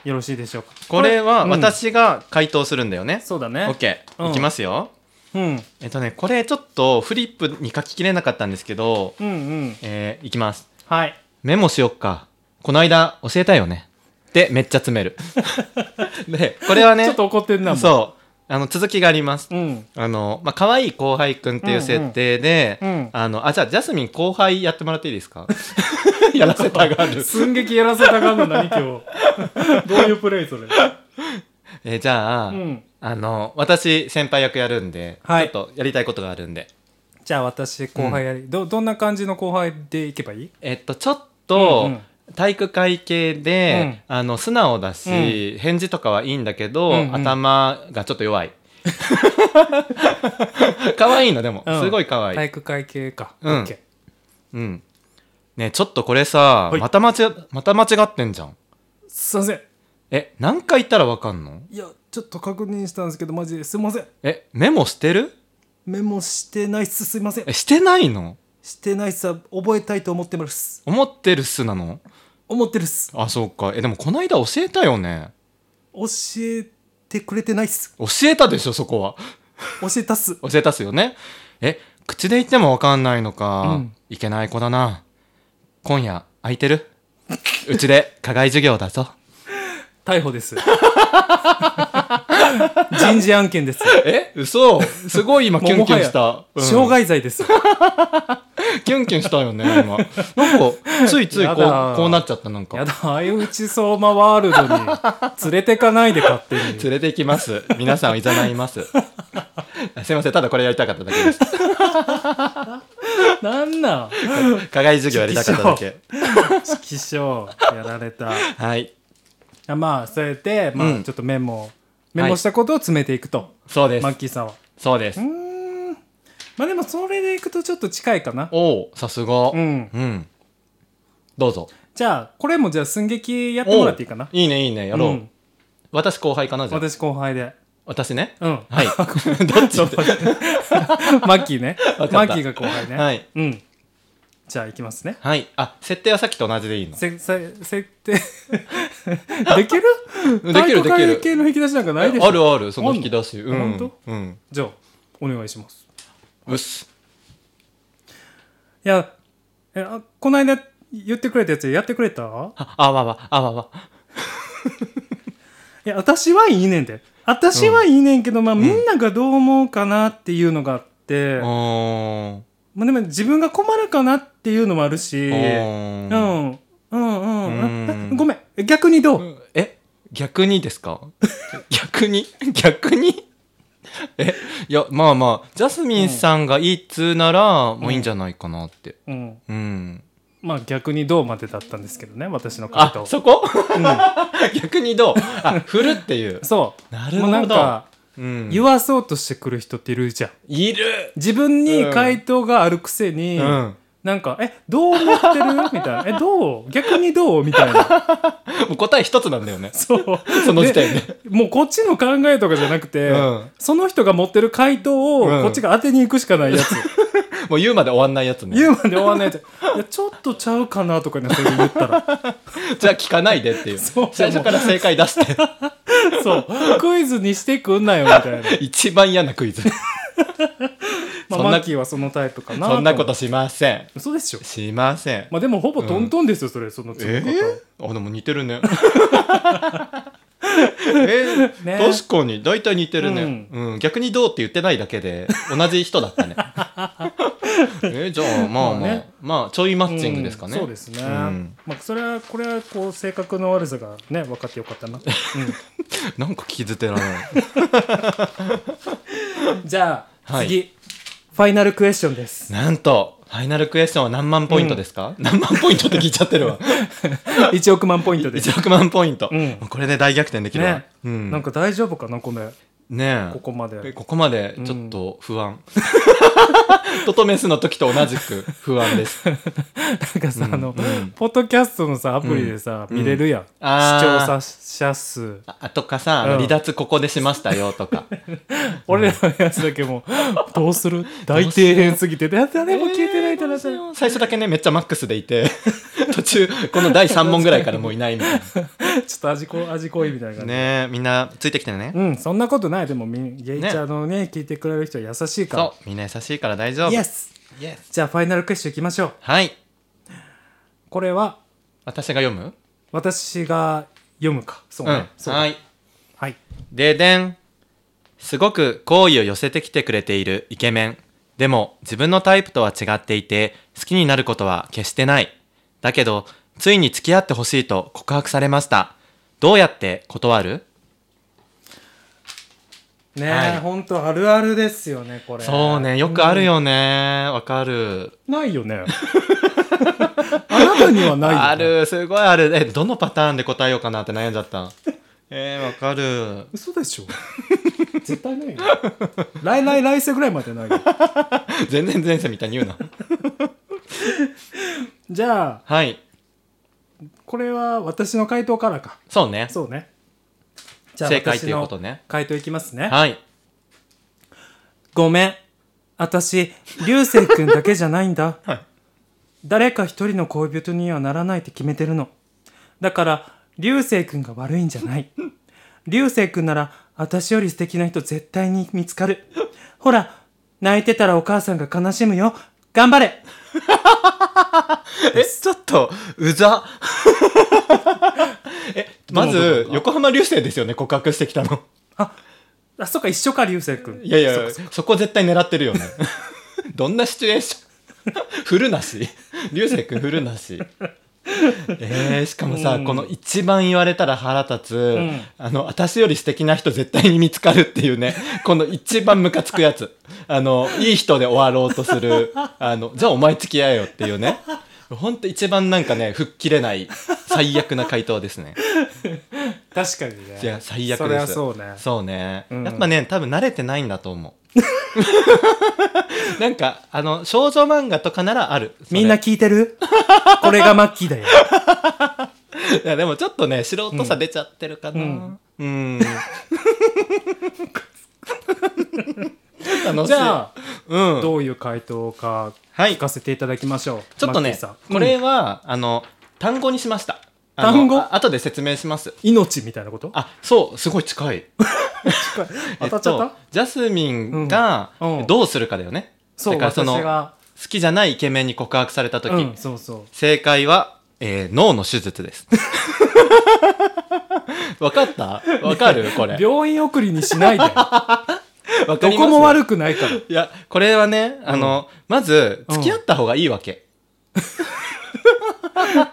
Speaker 2: よろしいでしょうか。
Speaker 1: これは
Speaker 2: うん
Speaker 1: 私が回答するんだよね。
Speaker 2: そうだね。
Speaker 1: オッケ
Speaker 2: う
Speaker 1: ー。
Speaker 2: ん
Speaker 1: いきますよ。
Speaker 2: うん
Speaker 1: えっとね、これちょっとフリップに書ききれなかったんですけど、
Speaker 2: うんうん。
Speaker 1: えーいきます。
Speaker 2: はい。
Speaker 1: メモしよっか。この間教えたよね。で、めっちゃ詰める。 で、これはね、
Speaker 2: ちょっと怒ってんなもん。
Speaker 1: そう。あの、続きがあります。
Speaker 2: うん。
Speaker 1: あの、まあ、可愛い後輩くんっていう設定で、
Speaker 2: うんうんうん
Speaker 1: あの、あ、じゃあ、ジャスミン後輩やってもらっていいです かやらせたがる。
Speaker 2: 寸劇やらせたがんの何今日。どういうプレイそれ。
Speaker 1: え、じゃあ、
Speaker 2: うん
Speaker 1: あの、私、先輩役やるんで、
Speaker 2: はい
Speaker 1: ちょっとやりたいことがあるんで。
Speaker 2: じゃあ私後輩やり、どどんな感じの後輩でいけばいい？
Speaker 1: えっと、ちょっと、
Speaker 2: うんうん
Speaker 1: 体育会系で、あの素直だし、返事とかはいいんだけど、
Speaker 2: うんうん
Speaker 1: 頭がちょっと弱 い可愛いのでも、
Speaker 2: うん
Speaker 1: すごい可愛い、
Speaker 2: 体育会系か。
Speaker 1: うん
Speaker 2: オッケー
Speaker 1: うんねえちょっとこれさ、
Speaker 2: はい
Speaker 1: また間違また間違ってんじゃん
Speaker 2: すいません。
Speaker 1: え何回言ったらわかんの
Speaker 2: いやちょっと確認したんですけどマジですいません。
Speaker 1: えメモしてる
Speaker 2: メモしてないっすすいません
Speaker 1: え。してないの
Speaker 2: してないっすは覚えたいと思ってます。
Speaker 1: 思ってるっすなの
Speaker 2: 思ってるっす。
Speaker 1: あそうかえでもこないだ教えたよね
Speaker 2: 教えてくれてないっす。
Speaker 1: 教えたでしょそこは
Speaker 2: 教えたっす。
Speaker 1: 教えたっすよねえ口で言ってもわかんないのか、
Speaker 2: うん
Speaker 1: いけない子だな今夜空いてるうちで課外授業だぞ
Speaker 2: 逮捕です。人事案件です。
Speaker 1: え嘘すごい今
Speaker 2: もう
Speaker 1: キュンキュン
Speaker 2: もはや
Speaker 1: した、うん
Speaker 2: 傷害罪です。
Speaker 1: キュンキュンしたよね 今なんかついついこ
Speaker 2: やだ
Speaker 1: うこうなっちゃったなん
Speaker 2: や
Speaker 1: か
Speaker 2: だ、相打ち相馬ワールドに連れてかないで勝 手に。
Speaker 1: 連れて行きます皆さんをいざないます すいませんただこれやりたかっただけです
Speaker 2: なんなん
Speaker 1: 課外授業やりたかっただ け。
Speaker 2: 色相やられた。
Speaker 1: はい。
Speaker 2: あまあ、そうやって、ま
Speaker 1: う
Speaker 2: あ、
Speaker 1: ん
Speaker 2: ちょっとメモ、メモしたことを詰めていくと。
Speaker 1: そうです
Speaker 2: マ。ッキーさんは。
Speaker 1: そうです。
Speaker 2: まあでも、それでいくとちょっと近いかな。
Speaker 1: おお、さすが。
Speaker 2: う
Speaker 1: うん。
Speaker 2: ん。
Speaker 1: どうぞ。
Speaker 2: じゃあ、これもじゃあ寸劇やってもらっていいかな
Speaker 1: お。ういいね、いいね。やろう。
Speaker 2: ん
Speaker 1: 私後輩かなじゃあ。
Speaker 2: 私後輩で。
Speaker 1: 私ね。
Speaker 2: うん。
Speaker 1: はい。どっちって
Speaker 2: マッキーね。マ
Speaker 1: わかった
Speaker 2: ッキーが後輩ね。
Speaker 1: はい。
Speaker 2: うん。じゃあ、いきますね。
Speaker 1: はい。あ、設定はさっきと同じでいいの。
Speaker 2: せ、せ、設定。 できる
Speaker 1: できるできる
Speaker 2: 体育会系の引き出しなんかないでしょ
Speaker 1: あるある、その引き出し。
Speaker 2: あ
Speaker 1: うん
Speaker 2: の
Speaker 1: ん。
Speaker 2: 本
Speaker 1: うん。
Speaker 2: じゃあ、お願いします。
Speaker 1: うっす。
Speaker 2: いや、えあこの間言ってくれたやつやってくれた
Speaker 1: ああわわ、あわわ。
Speaker 2: いや、私はいいねんで。私はいいねんけど、まあ、みんながどう思うかなっていうのがあって、
Speaker 1: おーん。
Speaker 2: まあ、でも自分が困るかなっていうのもあるし、
Speaker 1: お
Speaker 2: うん、うん、うん
Speaker 1: うーん
Speaker 2: あごめん、え逆にどう、
Speaker 1: え逆にですか 逆に逆にえいやまあまあジャスミンさんがいいっつうなら、もういいんじゃないかなって
Speaker 2: うん、
Speaker 1: うん、
Speaker 2: まあ逆にどうまでだったんですけどね私の回
Speaker 1: あ
Speaker 2: 答
Speaker 1: そこ、 逆にどうあ振るっていう
Speaker 2: そう
Speaker 1: なるほど
Speaker 2: もうなんか
Speaker 1: うん
Speaker 2: 言わそうとしてくる人っているじゃん
Speaker 1: いる
Speaker 2: 自分に回答があるくせに、
Speaker 1: うん
Speaker 2: なんか「えどう思ってる?」みたいな「えどう逆にどう?」みたいな
Speaker 1: もう答え一つなんだよね
Speaker 2: そう
Speaker 1: その時点で
Speaker 2: もうこっちの考えとかじゃなくて、
Speaker 1: うん
Speaker 2: その人が持ってる回答を
Speaker 1: うん
Speaker 2: こっちが当てに行くしかな いやつ、
Speaker 1: もう言うまで終わんないやつね
Speaker 2: 言うまで終わんないやついやちょっとちゃうかなとかねそれ言ったら
Speaker 1: じゃあ聞かないでって いう
Speaker 2: そう
Speaker 1: 最初から正解出して
Speaker 2: そうクイズにしてくんなよみたいな、
Speaker 1: 一番嫌なクイズ
Speaker 2: ま
Speaker 1: そんな
Speaker 2: あ、マッキーはそのタイプかな
Speaker 1: そんなこととしません
Speaker 2: 嘘でしょ
Speaker 1: しません
Speaker 2: まあでもほぼトントンですよそれその作り
Speaker 1: え
Speaker 2: 方、
Speaker 1: ー、あでも似てるね えー
Speaker 2: ね
Speaker 1: 確かに大体似てるね、
Speaker 2: う
Speaker 1: うん逆にどうって言ってないだけで同じ人だった ねえーじゃあまあまあ、
Speaker 2: まあね
Speaker 1: まあちょいマッチングですかね、
Speaker 2: うんそうですね、
Speaker 1: うん
Speaker 2: まあそれはこれはこう性格の悪さがね分かってよかっ たな、
Speaker 1: なんか聞き捨てられない
Speaker 2: うんじゃあ、
Speaker 1: はい
Speaker 2: 次ファイナルクエスチョン です
Speaker 1: なんとファイナルクエスチョンは何万ポイントですか、何万ポイントって聞いちゃって るわ
Speaker 2: 1億万ポイントです
Speaker 1: 1億万ポイント、
Speaker 2: うん
Speaker 1: これで大逆転できるわ、
Speaker 2: ね、
Speaker 1: うん、
Speaker 2: なんか大丈夫かなこれ
Speaker 1: ねえ
Speaker 2: ここま
Speaker 1: え
Speaker 2: で
Speaker 1: ここまでちょっと不安、 トトメスの時と同じく不安です
Speaker 2: なんかさ、あの、
Speaker 1: うん
Speaker 2: ポッドキャストのさアプリでさ、
Speaker 1: うん
Speaker 2: 見れるやん、
Speaker 1: あー
Speaker 2: 視聴者数
Speaker 1: あとかさ、あの
Speaker 2: うん
Speaker 1: 離脱ここでしましたよと か
Speaker 2: 俺らのやつだけも うどうする大底辺すぎてだ誰も聞いてないからさ、
Speaker 1: 最初だけねめっちゃマックスでいて 途中この第3問ぐらいからもういないみたい
Speaker 2: ちょっと味こ味濃いみたいな
Speaker 1: な
Speaker 2: 感じ、
Speaker 1: ねえみんなついてきてね、
Speaker 2: うんそんなことないでもみゲイち
Speaker 1: ね
Speaker 2: ゃんのね聞いてくれる人は優しいか
Speaker 1: そうみんな優しいから大丈
Speaker 2: ら
Speaker 1: 夫
Speaker 2: イエス
Speaker 1: イエス
Speaker 2: じゃあファイナルクエスチョンいきましょう
Speaker 1: はい
Speaker 2: これは
Speaker 1: 私が読む
Speaker 2: 私が読むかそうね、そうだ
Speaker 1: はい
Speaker 2: はい
Speaker 1: ででんすごく好意を寄せてきてくれているイケメンでも自分のタイプとは違っていて好きになることは決してないだけどついに付き合ってほしいと告白されましたどうやって断る
Speaker 2: ねえ、
Speaker 1: はい
Speaker 2: ほんとあるあるですよねこれ
Speaker 1: そうねよくあるよねわ、かる
Speaker 2: ないよね あなたにはないよ、ね、
Speaker 1: あるすごいあるえどのパターンで答えようかなって悩んじゃったえー、わかる
Speaker 2: 嘘でしょ絶対ないよ来来来世ぐらいまでないよ
Speaker 1: 全然前世みたいに言うな
Speaker 2: じゃあ
Speaker 1: はい
Speaker 2: これは私の回答からか
Speaker 1: そうね
Speaker 2: そうねじゃあ
Speaker 1: 正解
Speaker 2: 私
Speaker 1: という
Speaker 2: の
Speaker 1: ことね
Speaker 2: 回答いきますね
Speaker 1: はい
Speaker 2: ごめん私流星君だけじゃないんだ、
Speaker 1: はい
Speaker 2: 誰か一人の恋人にはならないって決めてるのだから流星君が悪いんじゃない 流星君なら私より素敵な人絶対に見つかるほら泣いてたらお母さんが悲しむよ頑張れ
Speaker 1: え、ちょっと、うざ。え、ま
Speaker 2: どの部分
Speaker 1: ず、
Speaker 2: が
Speaker 1: 横浜流星ですよね、告白してきたの。
Speaker 2: ああそっか一緒か流星君
Speaker 1: いやいや
Speaker 2: そっか、そっか
Speaker 1: そこ絶対狙ってるよね。 どんなシチュエーション 振るなし。流星くん振るなし。えー、しかもさ、
Speaker 2: うん
Speaker 1: この一番言われたら腹立つ、
Speaker 2: ん
Speaker 1: あの、私より素敵な人絶対に見つかるっていう ね、この一番ムカつくやつ。あの、いい人で終わろうとす る、あの、じゃあお前付き合えよっていうね。ほんと一番なんかね、吹っ切れない、最悪な回答ですね。
Speaker 2: 確かにね
Speaker 1: いや、最悪です。
Speaker 2: それはそうね
Speaker 1: そうね、
Speaker 2: うん
Speaker 1: やっぱね多分慣れてないんだと 思うなんかあの少女漫画とかならあるそれ
Speaker 2: みんな聞いてる これがマッキーだよ
Speaker 1: いやでもちょっとね素人さ出ちゃってるかなう
Speaker 2: うんん、
Speaker 1: 楽しい
Speaker 2: じゃあ
Speaker 1: うん
Speaker 2: どういう回答か
Speaker 1: はい
Speaker 2: 聞かせていただきましょう、
Speaker 1: ちょっと
Speaker 2: マッ
Speaker 1: ね
Speaker 2: キーさん
Speaker 1: これ
Speaker 2: うん
Speaker 1: は、あの単語にしましたあの
Speaker 2: 単語
Speaker 1: あ後で説明します
Speaker 2: 命みたいなこと
Speaker 1: あそうすごい近い
Speaker 2: 当たっちゃった、
Speaker 1: えとジャスミンが
Speaker 2: うんうん
Speaker 1: どうするかだよね、
Speaker 2: そう
Speaker 1: だからその
Speaker 2: 私が
Speaker 1: 好きじゃないイケメンに告白された時、
Speaker 2: うんそうそう
Speaker 1: 正解は、えー脳の手術です。 わかったわかるこれ。
Speaker 2: 病院送りにし ないで
Speaker 1: わか
Speaker 2: ど
Speaker 1: ります
Speaker 2: こも悪くな いから
Speaker 1: いや、これはね、あの、まず、
Speaker 2: うん
Speaker 1: 付き合った方がいいわけ。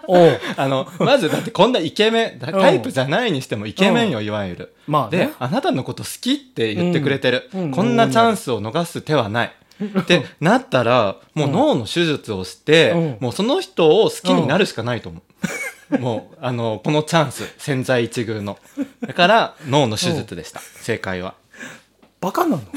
Speaker 2: おう
Speaker 1: あの、まずだってこんなイケメン、だ
Speaker 2: うん
Speaker 1: タイプじゃないにしてもイケメンよ、いわゆる。
Speaker 2: まあ
Speaker 1: で
Speaker 2: ね、
Speaker 1: あなたのこと好きって言ってくれてる。
Speaker 2: うんうん
Speaker 1: こんなチャンスを逃す手はない。ってなったら、もう
Speaker 2: うん
Speaker 1: 脳の手術をして、
Speaker 2: うん
Speaker 1: もうその人を好きになるしかないと思う。 もう、あの、このチャンス、千載一遇の。だから、脳の手術でした。正解は。
Speaker 2: バカなの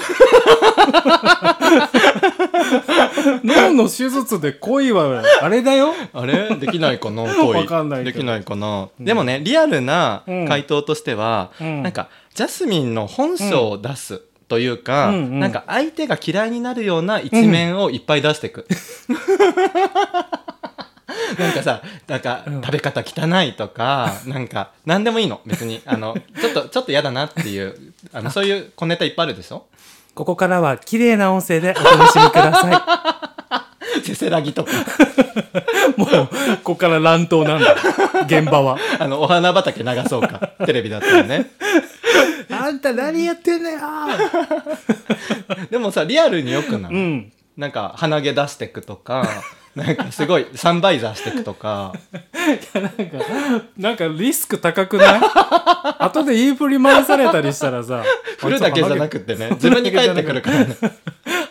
Speaker 2: 脳の手術で恋はあれだよ
Speaker 1: あれできないかな
Speaker 2: わかんない
Speaker 1: 恋。
Speaker 2: けど
Speaker 1: できないかな、
Speaker 2: うん
Speaker 1: でもね、リアルな
Speaker 2: うん
Speaker 1: 回答としては、
Speaker 2: うん
Speaker 1: なんか、ジャスミンの本性を出す。というか、
Speaker 2: うんうん
Speaker 1: なんか相手が嫌いになるような一面をいっぱい出していく。 なんかさ、なんか
Speaker 2: うん
Speaker 1: 食べ方汚いとか、なんか何でもいいの、別に。あの、ちょっと、ちょっと嫌だなっていう、あの、そういう小ネタいっぱいあるでしょ
Speaker 2: ここからは綺麗な音声でお楽しみくださ
Speaker 1: せせらぎとか、
Speaker 2: いもうここから乱闘なんだ現場は
Speaker 1: あの、お花畑流そうか、テレビだったらね。
Speaker 2: あんた何やってんだよ
Speaker 1: でもさ、リアルによくない、
Speaker 2: うん
Speaker 1: なんか鼻毛出してくと かなんかすごいサンバイザーしてくと か
Speaker 2: なんかなんかリスク高くない 後で言いぶり回されたりしたらさ
Speaker 1: 振るだけじゃなくてね 自分に返ってくるからね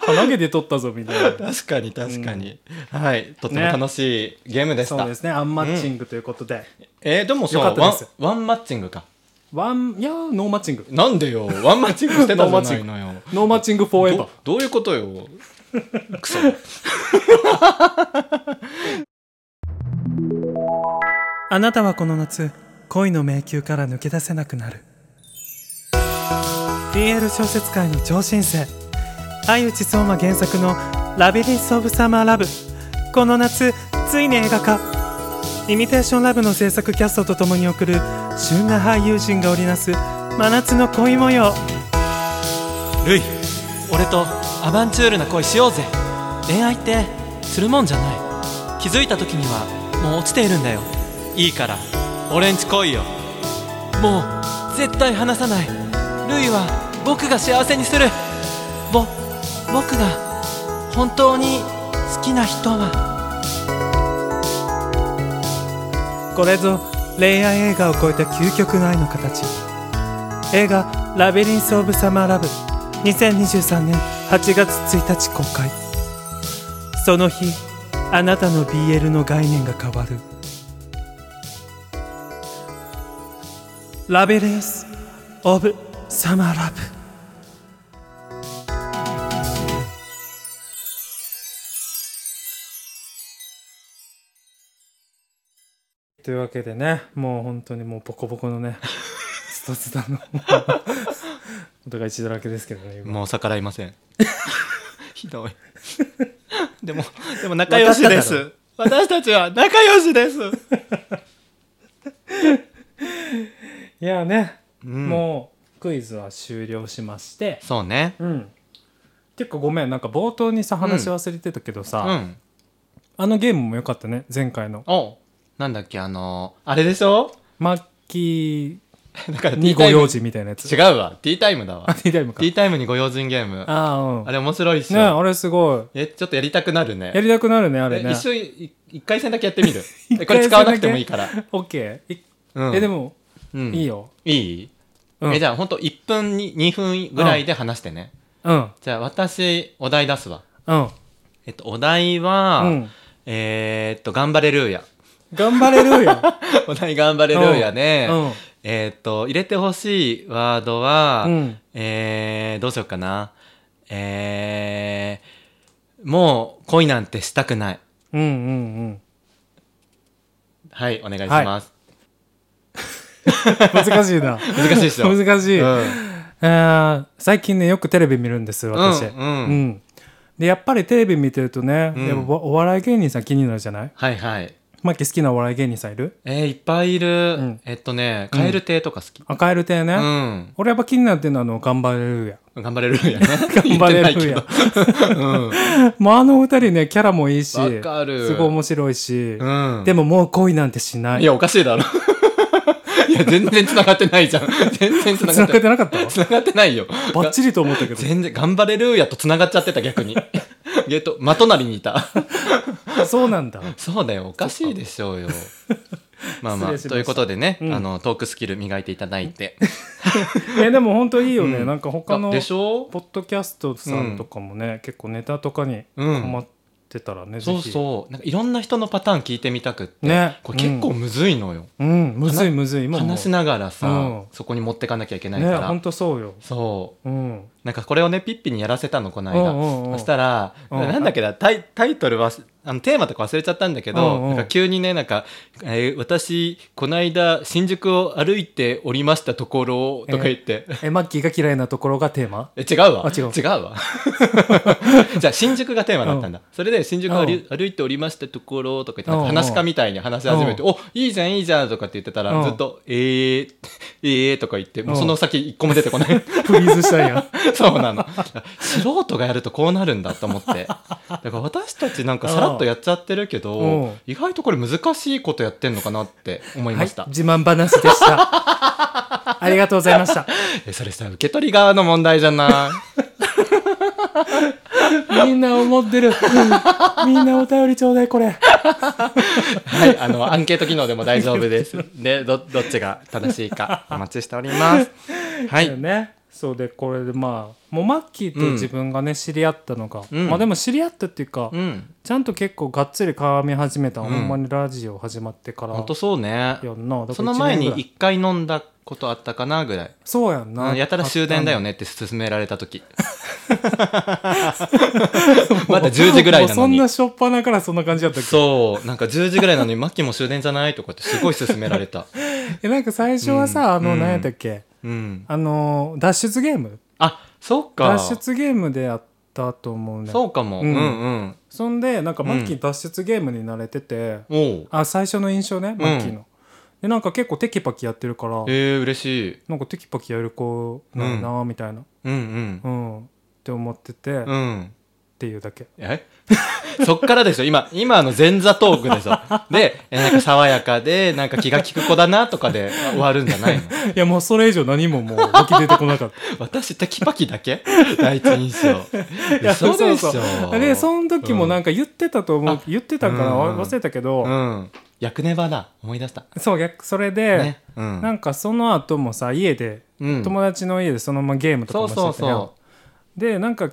Speaker 2: 鼻毛で取ったぞみた いな
Speaker 1: 確かに確かに、はいとっても楽しいゲームでし
Speaker 2: そ
Speaker 1: た、
Speaker 2: うですねアンマッチングということで、
Speaker 1: えーでもさ
Speaker 2: よかった
Speaker 1: ワン
Speaker 2: です
Speaker 1: ワンマッチングか
Speaker 2: ワンいやーノーマッチング
Speaker 1: なんでよワンマッチングしてたじゃないのよ
Speaker 2: ノーマッチングフォーエバー
Speaker 1: どどういうことよクソ
Speaker 2: あなたはこの夏恋の迷宮から抜け出せなくなる BL 小説界の超新星相内相馬原作の「ラビリンス・オブ・サマー・ラブ」この夏ついに映画化イミテーションラブの制作キャストと共に送る旬な俳優陣が織りなす真夏の恋模様
Speaker 1: ルイ俺とアバンチュールな恋しようぜ恋愛ってするもんじゃない気づいた時にはもう落ちているんだよいいから俺んち来いよもう絶対離さないルイは僕が幸せにするぼ僕が本当に好きな人は
Speaker 2: これぞ恋愛映画を超えた究極の愛の形映画「ラビリンス・オブ・サマー・ラブ」2023年8月1日公開その日あなたの BL の概念が変わる「ラビリンス・オブ・サマー・ラブ」というわけでねもう本当にもうボコボコの ねスタスタのお互い血だらけですけどね今
Speaker 1: もう逆らいませ んひどいでもでも
Speaker 2: 仲良しです
Speaker 1: 私たちは仲良しです、
Speaker 2: いやね、
Speaker 1: うん、
Speaker 2: もうクイズは終了しまして
Speaker 1: そうね
Speaker 2: うん結構ごめんなんか冒頭にさ話し忘れてたけどさ、
Speaker 1: うん
Speaker 2: あのゲームも良かったね前回の
Speaker 1: おなんだっけあのーあれでしょ
Speaker 2: マッキ
Speaker 1: だからティ
Speaker 2: ーに
Speaker 1: ータ
Speaker 2: ご
Speaker 1: イム
Speaker 2: 用事みたいなやつ
Speaker 1: 違うわティータイムだわ
Speaker 2: あティータイムか
Speaker 1: ティータイムにご用心ゲームあ
Speaker 2: ああうん
Speaker 1: れ面白いっし
Speaker 2: ね
Speaker 1: ょ、
Speaker 2: あれすご
Speaker 1: えちょっとやりたくなる
Speaker 2: いや
Speaker 1: ね
Speaker 2: りたくなるねあれ
Speaker 1: え
Speaker 2: ね
Speaker 1: 一緒に一回戦だけやって みるえ
Speaker 2: 一
Speaker 1: こ
Speaker 2: 回
Speaker 1: れ
Speaker 2: 戦だけ
Speaker 1: 使わなくてもいいから、
Speaker 2: オッケーい
Speaker 1: うん、
Speaker 2: えでも、
Speaker 1: うん、
Speaker 2: いいよ
Speaker 1: いい
Speaker 2: うん
Speaker 1: えじゃあほんと1分に2分ぐらいで話してね、
Speaker 2: うん
Speaker 1: じゃあ私お題出すわ
Speaker 2: うん
Speaker 1: えっとお題は、
Speaker 2: うん
Speaker 1: えーっと「頑張れルーヤ」
Speaker 2: 頑張れるよ
Speaker 1: お題「頑張れルーヤで」
Speaker 2: うん
Speaker 1: えーっと入れてほしいワードは、
Speaker 2: うん
Speaker 1: えー、どうしようかな。えー、もう恋なんてしたくない。
Speaker 2: うんうんうん
Speaker 1: はい、お願いします。
Speaker 2: 難しいな
Speaker 1: 難しいでしょ。し
Speaker 2: 難しい、
Speaker 1: うん。
Speaker 2: えー最近ねよくテレビ見るんです私、
Speaker 1: うんうん
Speaker 2: でやっぱりテレビ見てるとね、
Speaker 1: うん
Speaker 2: やっぱおお笑い芸人さん気になるじゃない
Speaker 1: はいはい。
Speaker 2: マッキー好きなお笑い芸人さんいる
Speaker 1: えー、いっぱいいる。
Speaker 2: うん
Speaker 1: えっとね、カエル亭とか好き。
Speaker 2: あカエル亭ね、
Speaker 1: うん。
Speaker 2: 俺やっぱ気になってるのはあの頑張れるや
Speaker 1: 頑張れるやね。
Speaker 2: 頑張れるや
Speaker 1: 言ってないけど。
Speaker 2: もうあの二人ねキャラもいいし
Speaker 1: わかる
Speaker 2: すごい面白いし、
Speaker 1: うん。うん。
Speaker 2: でももう恋なんてしない
Speaker 1: いや、おかしいだろ。いや、全然繋がってないじゃん。全然繋が
Speaker 2: 繋
Speaker 1: っ
Speaker 2: がってて
Speaker 1: ない。
Speaker 2: なかった
Speaker 1: 繋がってないよ。
Speaker 2: バッチリと思ったけど
Speaker 1: 全然、頑張れるやと繋がっちゃってた、逆に。ゲート、まとなりにいた。
Speaker 2: そうなんだ。
Speaker 1: そうだよ、おかしいでし ょうよ。まあま
Speaker 2: 失
Speaker 1: あ、
Speaker 2: 礼しました
Speaker 1: ということでね、
Speaker 2: うん
Speaker 1: あの、トークスキル磨いていただいて。
Speaker 2: え、でも本当いいよね。
Speaker 1: うん
Speaker 2: なんか他の、
Speaker 1: あでしょ
Speaker 2: ポッドキャストさんとかもね、結構ネタとかに
Speaker 1: うん
Speaker 2: 困ってたらね、ぜ
Speaker 1: そう
Speaker 2: ひ
Speaker 1: そう。なんかいろんな人のパターン聞いてみたくって。
Speaker 2: ね
Speaker 1: これ結構むずいのよ。
Speaker 2: うん、むずいむずい今もう
Speaker 1: 話しながらさ、
Speaker 2: うん
Speaker 1: そこに持ってかなきゃいけないか
Speaker 2: ね
Speaker 1: ら。
Speaker 2: 本当そうよ
Speaker 1: そう。
Speaker 2: うん
Speaker 1: なんかこれをねピッピにやらせたのこの間、
Speaker 2: うんうんうん
Speaker 1: そしたら、
Speaker 2: うん
Speaker 1: なんだっけだタイタイトルはあのテーマとか忘れちゃったんだけど、
Speaker 2: うんう
Speaker 1: な
Speaker 2: ん
Speaker 1: んか急にねなんか、えー私この間新宿を歩いておりましたところ」とか言って。え
Speaker 2: えマッキーが嫌いなところがテーマ
Speaker 1: 違うわ
Speaker 2: あ違う
Speaker 1: わじゃあ新宿がテーマだったんだ、それで新宿を歩い歩いておりましたところとか言ってなんか
Speaker 2: うんうん
Speaker 1: 話し家みたいに話し始めて「おいいじゃんいいじゃん」とかって言ってたら、
Speaker 2: うん
Speaker 1: ずっと「えー、えー」とか言ってもうその先一個も出てこない
Speaker 2: フリーズしたん や
Speaker 1: そうなの。素人がやるとこうなるんだと思って。だから私たちなんかさらっとやっちゃってるけ
Speaker 2: う
Speaker 1: ど
Speaker 2: ん、
Speaker 1: 意外とこれ難しいことやってんのかなって思い
Speaker 2: は
Speaker 1: ま
Speaker 2: い
Speaker 1: した。
Speaker 2: 自慢話でした ありがとうございました
Speaker 1: え、それさ、受け取り側の問題じゃない
Speaker 2: みんな思ってる、うんみんなお便りちょうだいこれ
Speaker 1: はい、あの、アンケート機能でも大丈夫です。 で、ど、どっちが正しいかお待ちしております。は
Speaker 2: だよ
Speaker 1: い。
Speaker 2: ねそうでこれでまあもうマッキーと自分がね、知り合ったのが、
Speaker 1: うん
Speaker 2: まあでも知り合ったっていうか、
Speaker 1: うん。
Speaker 2: ちゃんと結構がっつり絡み始めた、
Speaker 1: うん
Speaker 2: ほんまにラジオ始まってから
Speaker 1: ほんとそうね。
Speaker 2: やんなだから
Speaker 1: その前
Speaker 2: 一年
Speaker 1: に
Speaker 2: ぐらい
Speaker 1: 一回飲んだことあったかなぐらい。
Speaker 2: そうやん
Speaker 1: う
Speaker 2: なん
Speaker 1: やたら終電だよ
Speaker 2: ね
Speaker 1: ねって勧められた 時。まだ10時ぐらいなのに
Speaker 2: もうそんな初っ端からそんな感じだったっけ
Speaker 1: そう、なんか10時ぐらいなのに、マッキーも終電じゃないとかってすごい勧められた。
Speaker 2: えなんか最初はさ、
Speaker 1: うん
Speaker 2: あ
Speaker 1: う
Speaker 2: の
Speaker 1: ん
Speaker 2: 何やったっけ、
Speaker 1: うん。
Speaker 2: あの脱出ゲーム
Speaker 1: あ、そっか。
Speaker 2: 脱出ゲームでやったと思うね
Speaker 1: そうかも。う
Speaker 2: うんん
Speaker 1: うん。
Speaker 2: そんでなんかマッキー脱出ゲームに慣れてて、
Speaker 1: おう。
Speaker 2: あ最初の印象ねマッキーの、でなんか結構テキパキやってるから
Speaker 1: えー、嬉しい。
Speaker 2: なんかテキパキやる子なんやなみたいな
Speaker 1: うん
Speaker 2: うん、って思ってて、
Speaker 1: うん。
Speaker 2: っ
Speaker 1: うん。
Speaker 2: ていうだけ
Speaker 1: え そっからでしょ今、今あの前座トークでしょで、えなんか爽やかで、なんか気が利く子だなとかで終わるんじゃないの
Speaker 2: いやもうそれ以上何ももう湧き出てこな かった
Speaker 1: 私、テキパキだけ 第一印象。
Speaker 2: いや
Speaker 1: そうでし
Speaker 2: そう
Speaker 1: ょ
Speaker 2: そうでその時もなんか言ってたと思う、
Speaker 1: あ
Speaker 2: 言ってたから
Speaker 1: うんうん
Speaker 2: 忘れたけど、
Speaker 1: うん。役ネバだ。思い出した。
Speaker 2: そう逆それで、
Speaker 1: ね。うん。
Speaker 2: なんかその後もさ家で、
Speaker 1: うん
Speaker 2: 友達の家でそのままゲームとか
Speaker 1: そ
Speaker 2: も
Speaker 1: う
Speaker 2: して
Speaker 1: そう
Speaker 2: たやん
Speaker 1: そう。
Speaker 2: でなんか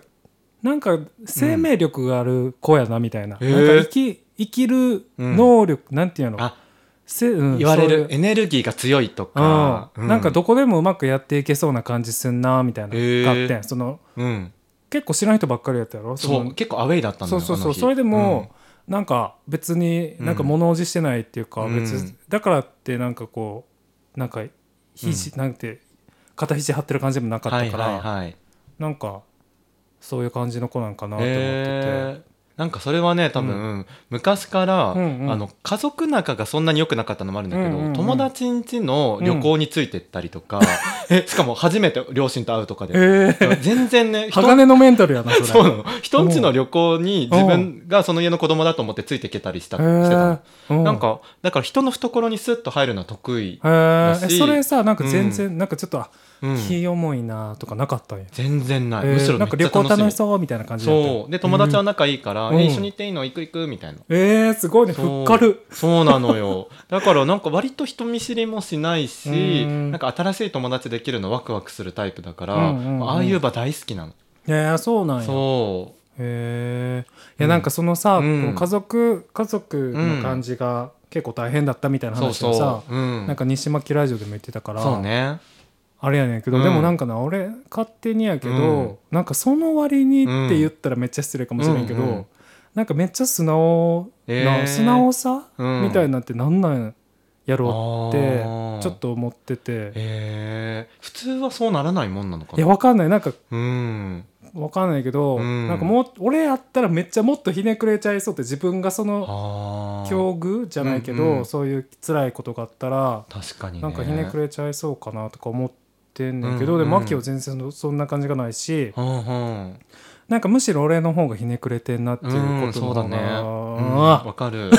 Speaker 2: なんか生命力がある子やなみたいな,、
Speaker 1: へえ
Speaker 2: なんか生き生きる能力、なんていうの
Speaker 1: あ
Speaker 2: せうん
Speaker 1: 言われる
Speaker 2: そうい
Speaker 1: エネルギーが強いと
Speaker 2: う
Speaker 1: か、
Speaker 2: うんなんか
Speaker 1: ど
Speaker 2: どこでもうまくやっていけそうな感じすんなみたいな
Speaker 1: へえ
Speaker 2: があってんその
Speaker 1: うん、
Speaker 2: 結構知らん人ばっかりやったやろ
Speaker 1: そ
Speaker 2: の
Speaker 1: う結構アウェイだったんだ
Speaker 2: そ
Speaker 1: よ
Speaker 2: うそうそ
Speaker 1: あの
Speaker 2: う
Speaker 1: 日
Speaker 2: それでも、なんか別になんか物おじしてないっていうか、
Speaker 1: うん
Speaker 2: 別
Speaker 1: う
Speaker 2: に
Speaker 1: ん
Speaker 2: だからってなんかこうなんか肘、なんて肩肘張ってる感じでもな
Speaker 1: う
Speaker 2: か
Speaker 1: ん
Speaker 2: ったから、
Speaker 1: はいはいはい
Speaker 2: なんかそういう感じの子なんかなと思ってて、
Speaker 1: えーなんかそれはね多分、昔から、
Speaker 2: うんうん
Speaker 1: あの家族仲がそんなに良くなかったのもあるんだけど、
Speaker 2: うんうんうん
Speaker 1: 友達ん家の旅行についてったりとか、えしかも初めて両親と会うとかで、
Speaker 2: えー
Speaker 1: 全然ね人
Speaker 2: 鋼のメンタルやなそれ
Speaker 1: そうなの人ん家の旅行に自分がその家の子供だと思ってついていけたりした、してたの
Speaker 2: えーう
Speaker 1: なんかだから人の懐にスッと入るのは得意、
Speaker 2: へー
Speaker 1: だ
Speaker 2: え
Speaker 1: し
Speaker 2: それさなんか全然、なんかちょっとあ
Speaker 1: うん
Speaker 2: 気重いなとかなかったんや、
Speaker 1: 全然ない、
Speaker 2: えー
Speaker 1: むしろめ
Speaker 2: な
Speaker 1: っ
Speaker 2: ん
Speaker 1: ちゃ
Speaker 2: か
Speaker 1: 楽
Speaker 2: 旅
Speaker 1: しみ
Speaker 2: 行楽しそうみたいな感じだったんや
Speaker 1: そうで友達は仲いいから、
Speaker 2: う
Speaker 1: え
Speaker 2: ん
Speaker 1: 一緒に行っていいの行く行くみたいな
Speaker 2: えー、すごいね
Speaker 1: そ
Speaker 2: ふ
Speaker 1: う
Speaker 2: っかる
Speaker 1: そうなのよだからなんか割と人見知りもしないし
Speaker 2: うん
Speaker 1: なんか新しい友達できるのワクワクするタイプだから、
Speaker 2: うんうんうん
Speaker 1: ああいう場大好きなの、
Speaker 2: えー、そうなんや
Speaker 1: そ
Speaker 2: へえい
Speaker 1: うん
Speaker 2: やなんかそのさ、
Speaker 1: うん
Speaker 2: この家族家族の感じが結構大変だったみたいうな
Speaker 1: そう
Speaker 2: 話をさ、
Speaker 1: そう、うん、
Speaker 2: なんか西巻ラジオでも言ってたから
Speaker 1: そうね
Speaker 2: あれやねんけど、
Speaker 1: うん
Speaker 2: でもなんかな俺勝手にやけど、
Speaker 1: うん
Speaker 2: なんかその割にって言ったらめっちゃ失礼かもしれんけど、
Speaker 1: うんうん
Speaker 2: なんかめっちゃ素直な、
Speaker 1: えー
Speaker 2: 素直さ、
Speaker 1: うん
Speaker 2: みたいなんてなんなんやろうって
Speaker 1: あー
Speaker 2: ちょっと思ってて
Speaker 1: えー、普通はそうならないもんなのか
Speaker 2: いや
Speaker 1: な
Speaker 2: わかんないなんか
Speaker 1: うん
Speaker 2: わかんないけど、
Speaker 1: うん
Speaker 2: なんかもう俺やったらめっちゃもっとひねくれちゃいそうって自分がその
Speaker 1: あー
Speaker 2: 境遇じゃないけど、
Speaker 1: うんうん
Speaker 2: そういう辛いことがあったら、
Speaker 1: 確かにね
Speaker 2: なんかひねくれちゃいそうかなとか思ってんねんけ
Speaker 1: う
Speaker 2: ど、
Speaker 1: んうん
Speaker 2: でマキは全然そんな感じがないし
Speaker 1: うんうん
Speaker 2: なんかむしろ俺の方がひねくれてんなっていう
Speaker 1: うん
Speaker 2: こ
Speaker 1: そ
Speaker 2: との
Speaker 1: うだ
Speaker 2: 方
Speaker 1: ね
Speaker 2: が
Speaker 1: うんわかる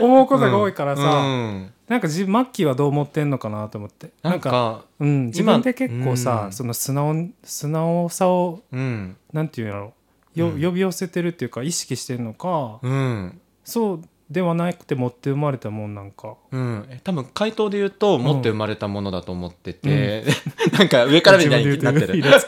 Speaker 2: 思うことが多いからさ、
Speaker 1: うん
Speaker 2: なんかじマッキーはどう思ってんのかなと思って
Speaker 1: なんか
Speaker 2: うん、自分で結構
Speaker 1: う
Speaker 2: さ
Speaker 1: ん
Speaker 2: その素直素直さを
Speaker 1: うん
Speaker 2: なんていうんやろよ、
Speaker 1: うん
Speaker 2: 呼び寄せてるっていうか意識してるのか、
Speaker 1: うん
Speaker 2: そうではなくて持って生まれたもんなんか
Speaker 1: うん、え多分回答で言うと持って生まれたものだと思ってて、 なんか上からみたいになってる
Speaker 2: 自分で言うとイラつ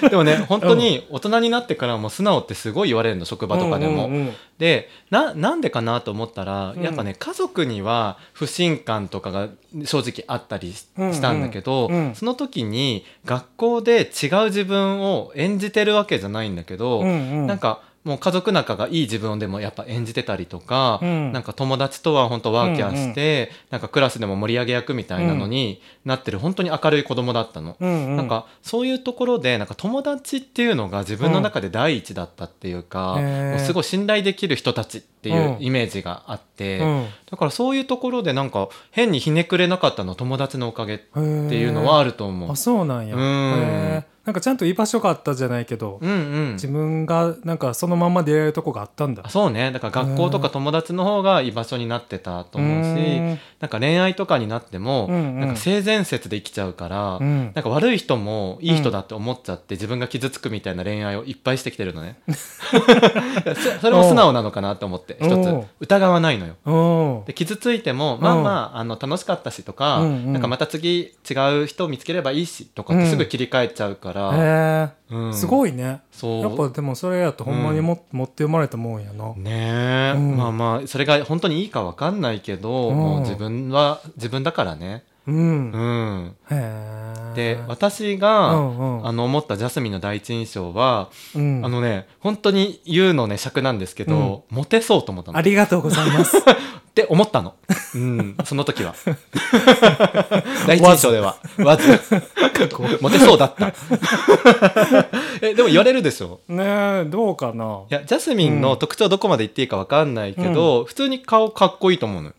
Speaker 2: く
Speaker 1: でもね本当に大人になってからも素直ってすごい言われるの職場とかでも、
Speaker 2: うんうんうん
Speaker 1: でななんでかなと思ったら、
Speaker 2: うん
Speaker 1: やっぱね家族には不信感とかが正直あったりし
Speaker 2: うんうん
Speaker 1: したんだけど、
Speaker 2: うん
Speaker 1: その時に学校で違う自分を演じてるわけじゃないんだけど、
Speaker 2: うんうん
Speaker 1: なんかもう家族仲がいい自分でもやっぱ演じてたりとか、
Speaker 2: うん
Speaker 1: なんか友達とは本当ワーキャーして、なんかクラスでも盛り上げ役みたいなのになってる本当に明るい子供だったの。
Speaker 2: うんうん
Speaker 1: なんかそういうところでなんか友達っていうのが自分の中で第一だったっていうか、
Speaker 2: うんへー
Speaker 1: もうすごい信頼できる人たちっていううんイメージがあって、
Speaker 2: うんへ
Speaker 1: だからそういうところでなんか変にひねくれなかったの友達のおかげっ
Speaker 2: ー
Speaker 1: ていうのはあると思う。
Speaker 2: あそうなんや
Speaker 1: うん
Speaker 2: へーなんかちゃんと居場所があったじゃないけど、
Speaker 1: うんうん
Speaker 2: 自分がなんかそのまま出会えるとこがあったんだ
Speaker 1: あそうねだから学校とか友達の方が居場所になってたと思うし、
Speaker 2: うん
Speaker 1: なんか恋愛とかになっても、
Speaker 2: うんうん
Speaker 1: なんか性善説で生きちゃうから、
Speaker 2: うん
Speaker 1: なんか悪い人もいい人だって思っちゃって、自分が傷つくみたいな恋愛をいっぱいしてきてるの ねそそれも素直なのかなと思って
Speaker 2: おう
Speaker 1: 一つ疑わないのよ
Speaker 2: おー
Speaker 1: で傷ついてもまあまああの楽しかったしとか,、
Speaker 2: うんうん
Speaker 1: なんかまた次違う人を見つければいいしとかってすぐ切り替えちゃうから、
Speaker 2: へ
Speaker 1: う
Speaker 2: え
Speaker 1: ん
Speaker 2: すごいね
Speaker 1: そう
Speaker 2: やっぱでもそれやとほんまにも、持って生まれたもんやな
Speaker 1: ねえ、
Speaker 2: うん
Speaker 1: まあまあそれが本当にいいかわかんないけど、
Speaker 2: うん
Speaker 1: もう自分は自分だからね
Speaker 2: うん、
Speaker 1: う
Speaker 2: へ
Speaker 1: ん
Speaker 2: え
Speaker 1: で私が、
Speaker 2: うんうん
Speaker 1: あの思ったジャスミンの第一印象は、
Speaker 2: うん
Speaker 1: あのね本当に言うのね尺なんですけど、モテそうと思ったの
Speaker 2: あ
Speaker 1: っ
Speaker 2: りがとうございます。
Speaker 1: て思ったの、うん、その時は第一印象ではわずモテそうだった えでも言われるでしょ
Speaker 2: ねえ、どうかない
Speaker 1: やジャスミンの特徴どこまで言っていいかわかんないけど、普通に顔かっこいいと思うのよ、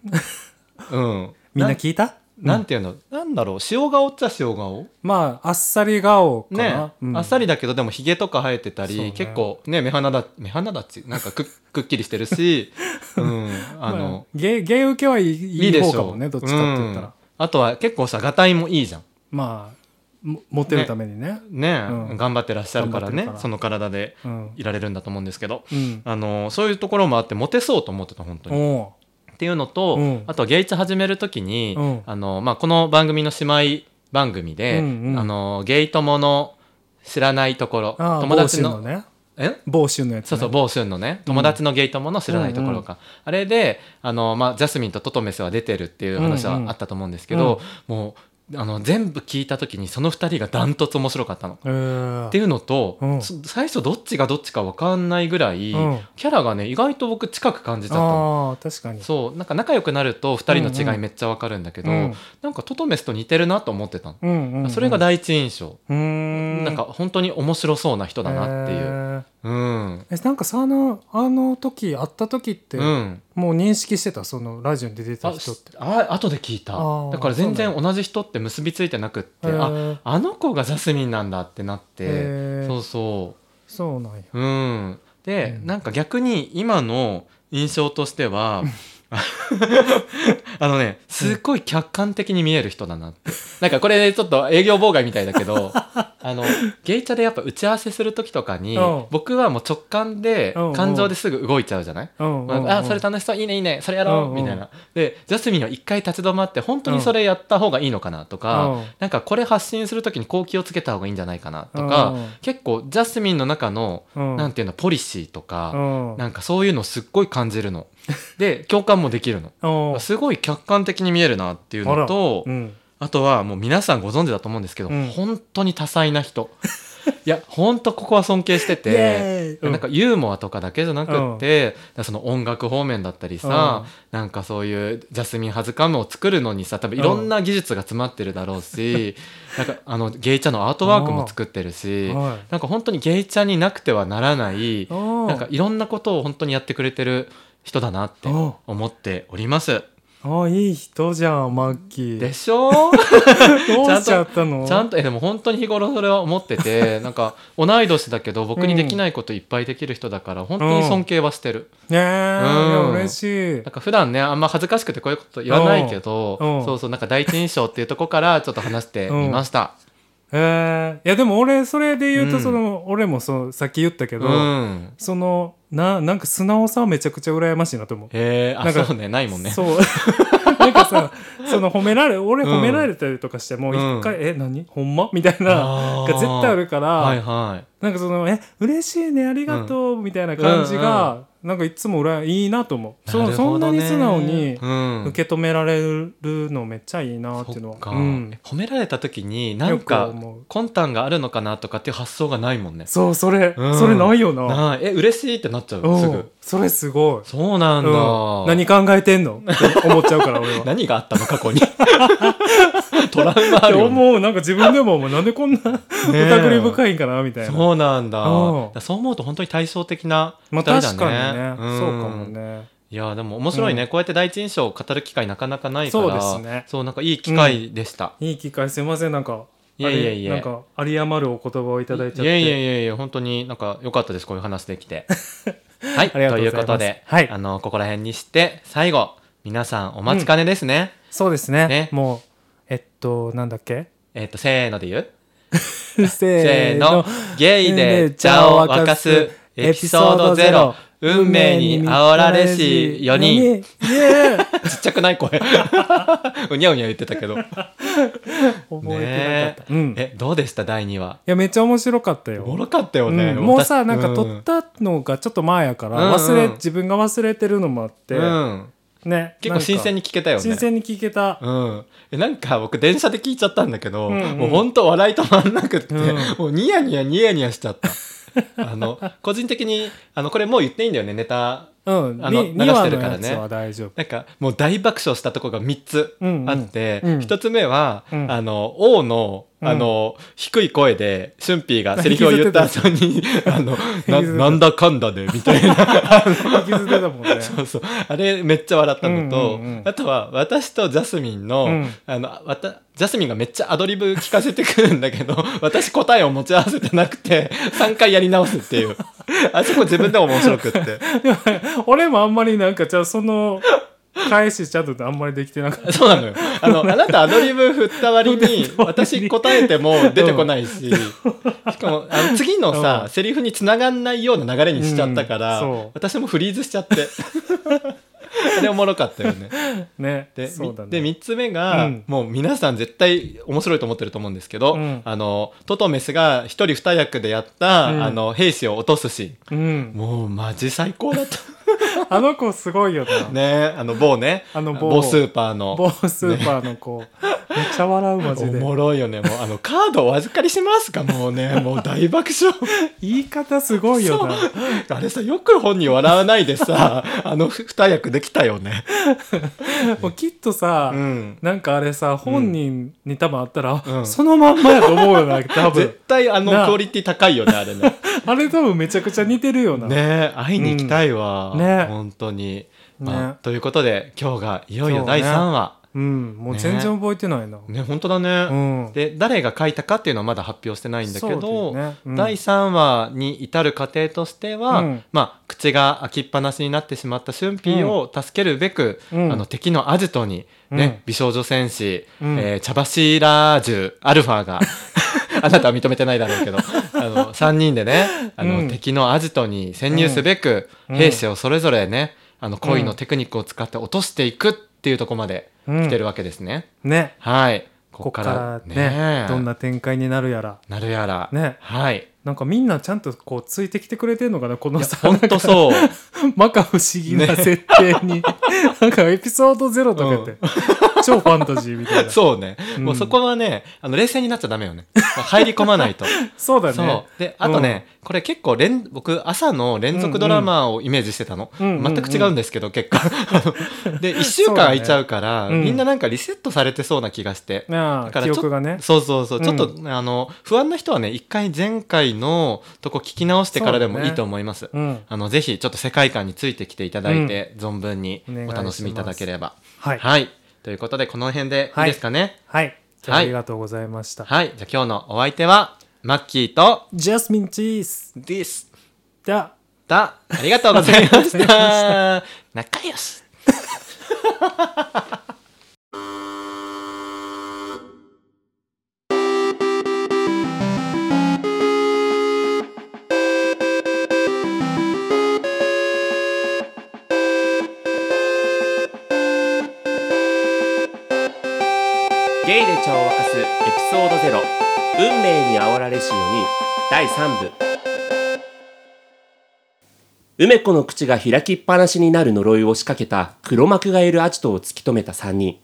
Speaker 1: うん、
Speaker 2: みんな聞いた
Speaker 1: なんていうの、なんだろう塩顔っちゃ塩顔
Speaker 2: まあ、あっさり顔か
Speaker 1: ね
Speaker 2: な。、うん
Speaker 1: あっさりだけどでもひげとか生えてたり、
Speaker 2: そうね
Speaker 1: 結構ね目鼻だ目鼻立ちなんかく くっきりしてるし、うん、あ
Speaker 2: ま
Speaker 1: の、
Speaker 2: あゲイゲイ受けはいいい
Speaker 1: いい
Speaker 2: い
Speaker 1: で
Speaker 2: 方
Speaker 1: し
Speaker 2: か
Speaker 1: ょ
Speaker 2: も
Speaker 1: う
Speaker 2: ね、どっちかって言ったら。
Speaker 1: うんあとは結構さがたいもいいじゃん
Speaker 2: まあ、もモテるためにね。
Speaker 1: ね、
Speaker 2: うん
Speaker 1: 頑張ってらっしゃるからね
Speaker 2: 頑張ってるから
Speaker 1: その体で
Speaker 2: うん。
Speaker 1: いられるんだと思うんですけど、
Speaker 2: うん。
Speaker 1: あのそういうところもあってモテそうと思ってた本当に
Speaker 2: お
Speaker 1: っていうのと、
Speaker 2: うん
Speaker 1: あとはゲイツ始めるときに、
Speaker 2: うん
Speaker 1: あのまあ、この番組の姉妹番組で、
Speaker 2: うんうん
Speaker 1: あのゲイ友の知らないところ
Speaker 2: うああ、
Speaker 1: 友達の
Speaker 2: 某州ね。
Speaker 1: え
Speaker 2: 某州のやつね。
Speaker 1: そうそう某春のね友達のゲイ友の知らないところか、あれであの、まあ、ジャスミンとトトメスは出てるっていう話はあったと思うんですけど、もうあの全部聞いた時にその2人がダントツ面白かったの。
Speaker 2: へえ
Speaker 1: っていうのと、
Speaker 2: うん
Speaker 1: そ最初どっちがどっちか分かんないぐらい、
Speaker 2: うん
Speaker 1: キャラがね意外と僕近く感じちゃったの。
Speaker 2: ああ、確かに。
Speaker 1: そうなんか仲良くなると2人の違いめっちゃ分かるんだけど、
Speaker 2: うん
Speaker 1: なんかトトメスと似てるなと思ってたの、
Speaker 2: うんうんうん。
Speaker 1: それが第一印象、
Speaker 2: うーん。
Speaker 1: なんか本当に面白そうな人だなっていう、
Speaker 2: へ
Speaker 1: うん
Speaker 2: え。え、なんかさ、あの、あの時、会った時って、
Speaker 1: うん、
Speaker 2: もう認識してた、そのラジオに出てた
Speaker 1: あ
Speaker 2: 人って。
Speaker 1: あ後で聞いた
Speaker 2: あー
Speaker 1: だから全然同じ人って結びついてなくって
Speaker 2: へ
Speaker 1: あ
Speaker 2: ー
Speaker 1: あの子がジャスミンなんだってなって
Speaker 2: へー
Speaker 1: そうそ
Speaker 2: そうなんや。
Speaker 1: ううんで、
Speaker 2: うん
Speaker 1: なんか逆に今の印象として はあのねすっごい客観的に見える人だなってなんかこれちょっと営業妨害みたいだけ どあのゲイチャでやっぱ打ち合わせする時とかに
Speaker 2: うん
Speaker 1: 僕はもう直感で
Speaker 2: うんうん
Speaker 1: 感情ですぐ動いちゃうじゃない
Speaker 2: うんうんうん
Speaker 1: あそれ楽しそういいねいいねそれやろう、
Speaker 2: うんうん
Speaker 1: みたいなでジャスミンは一回立ち止まって本当にそれやった方がいいのかなとか、
Speaker 2: うん
Speaker 1: なんかこれ発信する時にこう気をつけた方がいいんじゃないかなと
Speaker 2: う
Speaker 1: か、
Speaker 2: ん
Speaker 1: 結構ジャスミンの中の、
Speaker 2: うん
Speaker 1: なんていうのポリシーと
Speaker 2: う
Speaker 1: か、
Speaker 2: ん
Speaker 1: なんかそういうのすっごい感じる ので共感もできるの
Speaker 2: うん
Speaker 1: すごい客観的に見えるなっていうのと
Speaker 2: う、ん
Speaker 1: あとはもう皆さんご存知だと思うんですけど、
Speaker 2: うん
Speaker 1: 本当に多彩な人いや本当ここは尊敬して
Speaker 2: イエ
Speaker 1: て
Speaker 2: ーイうん
Speaker 1: なんかユーモアとかだけじゃなくって、その音楽方面だったりさ、なんかそういうジャスミンハズカムを作るのにさ多分いろんな技術が詰まってるだろうし、なんかあのゲイチャのアートワークも作ってるし、
Speaker 2: はい
Speaker 1: なんか本当にゲイチャになくてはならない、
Speaker 2: うん
Speaker 1: なんかいろんなことを本当にやってくれてる人だなって
Speaker 2: うん
Speaker 1: 思っております。
Speaker 2: あいい人じゃんマッキー
Speaker 1: でしょう
Speaker 2: どうし
Speaker 1: ち
Speaker 2: ち
Speaker 1: ゃ
Speaker 2: ゃ
Speaker 1: ん
Speaker 2: ったの
Speaker 1: ちゃんとえでも本当に日頃それは思っててなんか同い年だけど僕にできないこといっぱいできる人だから本当に尊敬はしてる、
Speaker 2: ねえいや
Speaker 1: うん
Speaker 2: 嬉しい
Speaker 1: なんか普段ねあんま恥ずかしくてこういうこと言わないけど
Speaker 2: うんうん
Speaker 1: そうそうなんか第一印象っていうとこからちょっと話してみました、
Speaker 2: えー、いやでも俺それで言う
Speaker 1: う
Speaker 2: と
Speaker 1: ん
Speaker 2: その、俺もそうさっき言ったけど、
Speaker 1: うん。
Speaker 2: そのななんか素直さはめちゃくちゃ羨ましいなと思う。
Speaker 1: へえ、
Speaker 2: な
Speaker 1: あ、
Speaker 2: んか
Speaker 1: そうね、ないもんね。
Speaker 2: そう なんかさその褒められ俺
Speaker 1: うん
Speaker 2: 褒められたりとかしても
Speaker 1: うん
Speaker 2: 一回「え何ほんま?」みたいな
Speaker 1: あー
Speaker 2: が絶対あるから、
Speaker 1: はいは
Speaker 2: なんかその「え嬉しいねありがとう」みたいな感じが、なんかいつも俺いいなと思う
Speaker 1: い。
Speaker 2: そ
Speaker 1: な
Speaker 2: の
Speaker 1: る
Speaker 2: そ
Speaker 1: ほ
Speaker 2: んな
Speaker 1: ど
Speaker 2: に
Speaker 1: ね
Speaker 2: 素直に
Speaker 1: うん
Speaker 2: 受け止められるのめっちゃいいなっていうの
Speaker 1: そ
Speaker 2: は
Speaker 1: っか、
Speaker 2: うん、
Speaker 1: 褒められた時になん
Speaker 2: よ
Speaker 1: か
Speaker 2: く思う
Speaker 1: 魂胆があるのかなとかっていう発想がないもんね
Speaker 2: そうそれ、
Speaker 1: うん
Speaker 2: それないよな
Speaker 1: ないえ嬉しいってなっちゃ
Speaker 2: う
Speaker 1: うんすぐ
Speaker 2: それすごい
Speaker 1: そうなんだ、
Speaker 2: うん、何考えてんのって思っちゃうから俺は。
Speaker 1: 何があったの過去にトラウマあるよ、ね、
Speaker 2: 思うなんか自分でももうなんでこんな
Speaker 1: え
Speaker 2: 疑り深いんかなみたいな。
Speaker 1: そうなんだ
Speaker 2: うん
Speaker 1: だからそう思うと本当に対照的な
Speaker 2: まあ
Speaker 1: 二人だ
Speaker 2: 確かにね、
Speaker 1: うん
Speaker 2: そうかもね。
Speaker 1: いやでも面白いね、
Speaker 2: う
Speaker 1: こうやって第一印象を語る機会なかなかないから
Speaker 2: そうですね
Speaker 1: そうなんかいい機会でした、
Speaker 2: いい機会すいませんなんか。
Speaker 1: いやいやいや
Speaker 2: あれなんか有り余るお言葉をいただいちゃって。
Speaker 1: いやいやいやいや本当になんか良かったですこういう話でき てはい
Speaker 2: ありがとうございます
Speaker 1: いうことで、
Speaker 2: はい
Speaker 1: あのここら辺にして最後皆さんお待ちかねですね、
Speaker 2: そうですね。
Speaker 1: ね
Speaker 2: もうえっとなんだっけ？
Speaker 1: えっ、とせーので言う
Speaker 2: せ
Speaker 1: せーのゲイで茶を沸かすエピソードゼロ運命に煽られし4人。
Speaker 2: イエーイ
Speaker 1: ちっちゃくない声うにゃうにゃ言ってたけど
Speaker 2: 覚えてなかった。うん。い
Speaker 1: えどうでした第2話
Speaker 2: やめっちゃ面白かったよ。
Speaker 1: おもろかったよね、
Speaker 2: うんもうさなんか撮
Speaker 1: と
Speaker 2: ったのがちょっと前やから、
Speaker 1: うんうん
Speaker 2: 忘れ自分が忘れてるのもあって、
Speaker 1: うん、
Speaker 2: ね
Speaker 1: 結構新鮮
Speaker 2: に、
Speaker 1: に聞けたよね
Speaker 2: 新鮮に聞けた、
Speaker 1: うん、えなんか僕電車で聞いちゃったんだけど、
Speaker 2: うんうん
Speaker 1: もうほんと笑い止まんなくって、
Speaker 2: うん
Speaker 1: もうニヤニヤニヤニヤしちゃったあの個人的にあのこれもう言っていいんだよねネタ
Speaker 2: うん、
Speaker 1: あの
Speaker 2: に
Speaker 1: 流してるからね
Speaker 2: 二話のやつは大丈夫
Speaker 1: なんかもう大爆笑したとこが3つ
Speaker 2: うんうん
Speaker 1: あって、
Speaker 2: うん
Speaker 1: 1つ目は、
Speaker 2: うん
Speaker 1: あの王のあの、低い声で俊ピー がセリフを言った後に「あのななんだかんだで」みたいな
Speaker 2: 引きずってたもん ね
Speaker 1: そうそうあれめっちゃ笑ったのと、
Speaker 2: うんうんうん
Speaker 1: あとは私とジャスミンの,、
Speaker 2: うん
Speaker 1: あのわたジャスミンがめっちゃアドリブ聞かせてくるんだけど 私答えを持ち合わせてなくて3回やり直すっていう あそこ自分でも面白くって
Speaker 2: 俺もあんまりなんかじゃあその返しちゃんとあんまりできてなかった
Speaker 1: そうなのよあ のあなたアドリブ振った割に
Speaker 2: 振った割に
Speaker 1: 私答えても出てこない し、しかもあの次のさ、
Speaker 2: うん
Speaker 1: セリフに繋がんないような流れにしちゃったから、
Speaker 2: うんそう
Speaker 1: 私もフリーズしちゃって あれおもろかったよね
Speaker 2: ね
Speaker 1: で,み、
Speaker 2: そうだね
Speaker 1: で3つ目が、
Speaker 2: うん
Speaker 1: もう皆さん絶対面白いと思ってると思うんですけど、
Speaker 2: うん
Speaker 1: あのトトメスが一人二役でやった、
Speaker 2: うん
Speaker 1: あの兵士を落とすシ
Speaker 2: う
Speaker 1: ーン
Speaker 2: ん、
Speaker 1: もうマジ最高だった
Speaker 2: あの子すごいよな、
Speaker 1: ねあの某ね
Speaker 2: あの某
Speaker 1: スーパーの
Speaker 2: 某スーパーの子、めっちゃ笑うマ
Speaker 1: お
Speaker 2: ジで
Speaker 1: もろいよねもうあのカードお預かりします かもうねもう大爆笑
Speaker 2: 言い方すごいよな
Speaker 1: そうあれさよく本人笑わないで さあの二役できたよね
Speaker 2: もうきっとさ、
Speaker 1: うん
Speaker 2: なんかあれさ本人に多分あったら、
Speaker 1: うん
Speaker 2: そのまんまやと思うよ な多分
Speaker 1: 絶対あの
Speaker 2: なあ
Speaker 1: クオリティ高いよねあれね
Speaker 2: あれ多分めちゃくちゃ似てるよ な、
Speaker 1: ねえ会いに行きたいわ、
Speaker 2: うんね
Speaker 1: 本当に、まあ
Speaker 2: ね
Speaker 1: ということで今日がいよい
Speaker 2: そ
Speaker 1: よ
Speaker 2: うね
Speaker 1: 第3話
Speaker 2: うんもう全然覚えてないな、
Speaker 1: ね本当だね、
Speaker 2: うん
Speaker 1: で誰が書いたかっていうのはまだ発表してないんだけ
Speaker 2: そ
Speaker 1: ど、
Speaker 2: うだよねうん
Speaker 1: 第3話に至る過程としては、
Speaker 2: うん
Speaker 1: まあ、口が開きっぱなしになってしまった俊ーを助けるべく、
Speaker 2: うん
Speaker 1: あの敵のアジトに、ね
Speaker 2: うん
Speaker 1: 美少女戦士、
Speaker 2: うん
Speaker 1: えー茶柱獣アルファ があなたは認めてないだろうけどあの3人でねあの、
Speaker 2: うん
Speaker 1: 敵のアジトに潜入すべく、
Speaker 2: うん
Speaker 1: 兵士をそれぞれねあの恋のテクニックを使って落としていくっていうところまで来てるわけですね。
Speaker 2: ね
Speaker 1: はい。こ
Speaker 2: こ
Speaker 1: こ
Speaker 2: っか
Speaker 1: から
Speaker 2: ら
Speaker 1: ね
Speaker 2: ねどんな展開になるやら
Speaker 1: なるやら。
Speaker 2: ね
Speaker 1: はい。
Speaker 2: なんかみんなちゃんとこうついてきてくれてるのかなこのさ
Speaker 1: ほんと
Speaker 2: う
Speaker 1: そう。
Speaker 2: 摩訶不思議な設定に、なんかエピソードゼロとかって、超ファンタジーみたいな
Speaker 1: そ
Speaker 2: そう
Speaker 1: うね。
Speaker 2: うん
Speaker 1: もうそこはね、あの、冷静になっちゃダメよね。入り込ま ないと。
Speaker 2: だ
Speaker 1: そう
Speaker 2: ね。
Speaker 1: で、あとね、これ結構連、僕、朝の連続ドラマをイメージしてたの。
Speaker 2: うんうんうん
Speaker 1: 全く違うんですけど、結果。あ ので、1週間空いちゃうから、
Speaker 2: そうだねうん
Speaker 1: みんななんかリセットされてそうな気がして。
Speaker 2: な
Speaker 1: だか
Speaker 2: あ
Speaker 1: らち
Speaker 2: 記
Speaker 1: ょ
Speaker 2: 憶がね
Speaker 1: そうそうそう。
Speaker 2: うん
Speaker 1: ちょっと、あの、不安な人はね、一回前回のとこ聞き直してからで
Speaker 2: そう
Speaker 1: も
Speaker 2: だね
Speaker 1: いいと思います。
Speaker 2: うん
Speaker 1: あのぜひちょっと世界観についてきていただいて、存分に
Speaker 2: お願いし
Speaker 1: お
Speaker 2: ます
Speaker 1: 楽しみいただければ。
Speaker 2: はいはい、
Speaker 1: はい。ということで、この辺でいいですかね。
Speaker 2: 今日
Speaker 1: はい
Speaker 2: ありがとうございました、
Speaker 1: はい。じゃあ今日のお相手は、マッキーと、
Speaker 2: ジャスミンチーズ
Speaker 1: this
Speaker 2: じゃあ
Speaker 1: だ。ありがとうございました。仲良し。
Speaker 3: ゲイで茶を沸かすエピソードゼロ運命に煽られしのに第3部梅子の口が開きっぱなしになる呪いを仕掛けた黒幕がいるアジトを突き止めた3人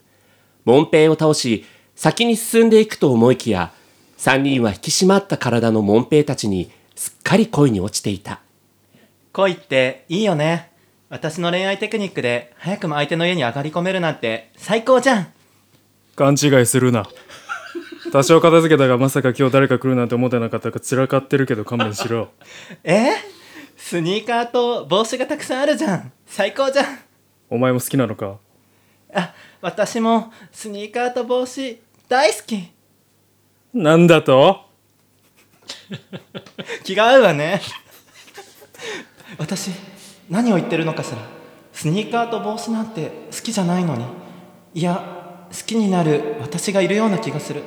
Speaker 3: 門平を倒し先に進んでいくと思いきや3人は引き締まった体の門平たちにすっかり恋に落ちていた
Speaker 1: 恋っていいよね私の恋愛テクニックで早くも相手の家に上がり込めるなんて最高じゃん
Speaker 2: 勘違いするな多少片付けたがまさか今日誰か来るなんて思ってなかったから散らかってるけど勘弁しろ
Speaker 1: えースニーカーと帽子がたくさんあるじゃん最高じゃん
Speaker 2: お前も好きなのか
Speaker 1: あ私もスニーカーと帽子大好き
Speaker 2: なんだと
Speaker 1: 気が合うわね私何を言ってるのかしらスニーカーと帽子なんて好きじゃないのにいや好きになる私がいるような気がする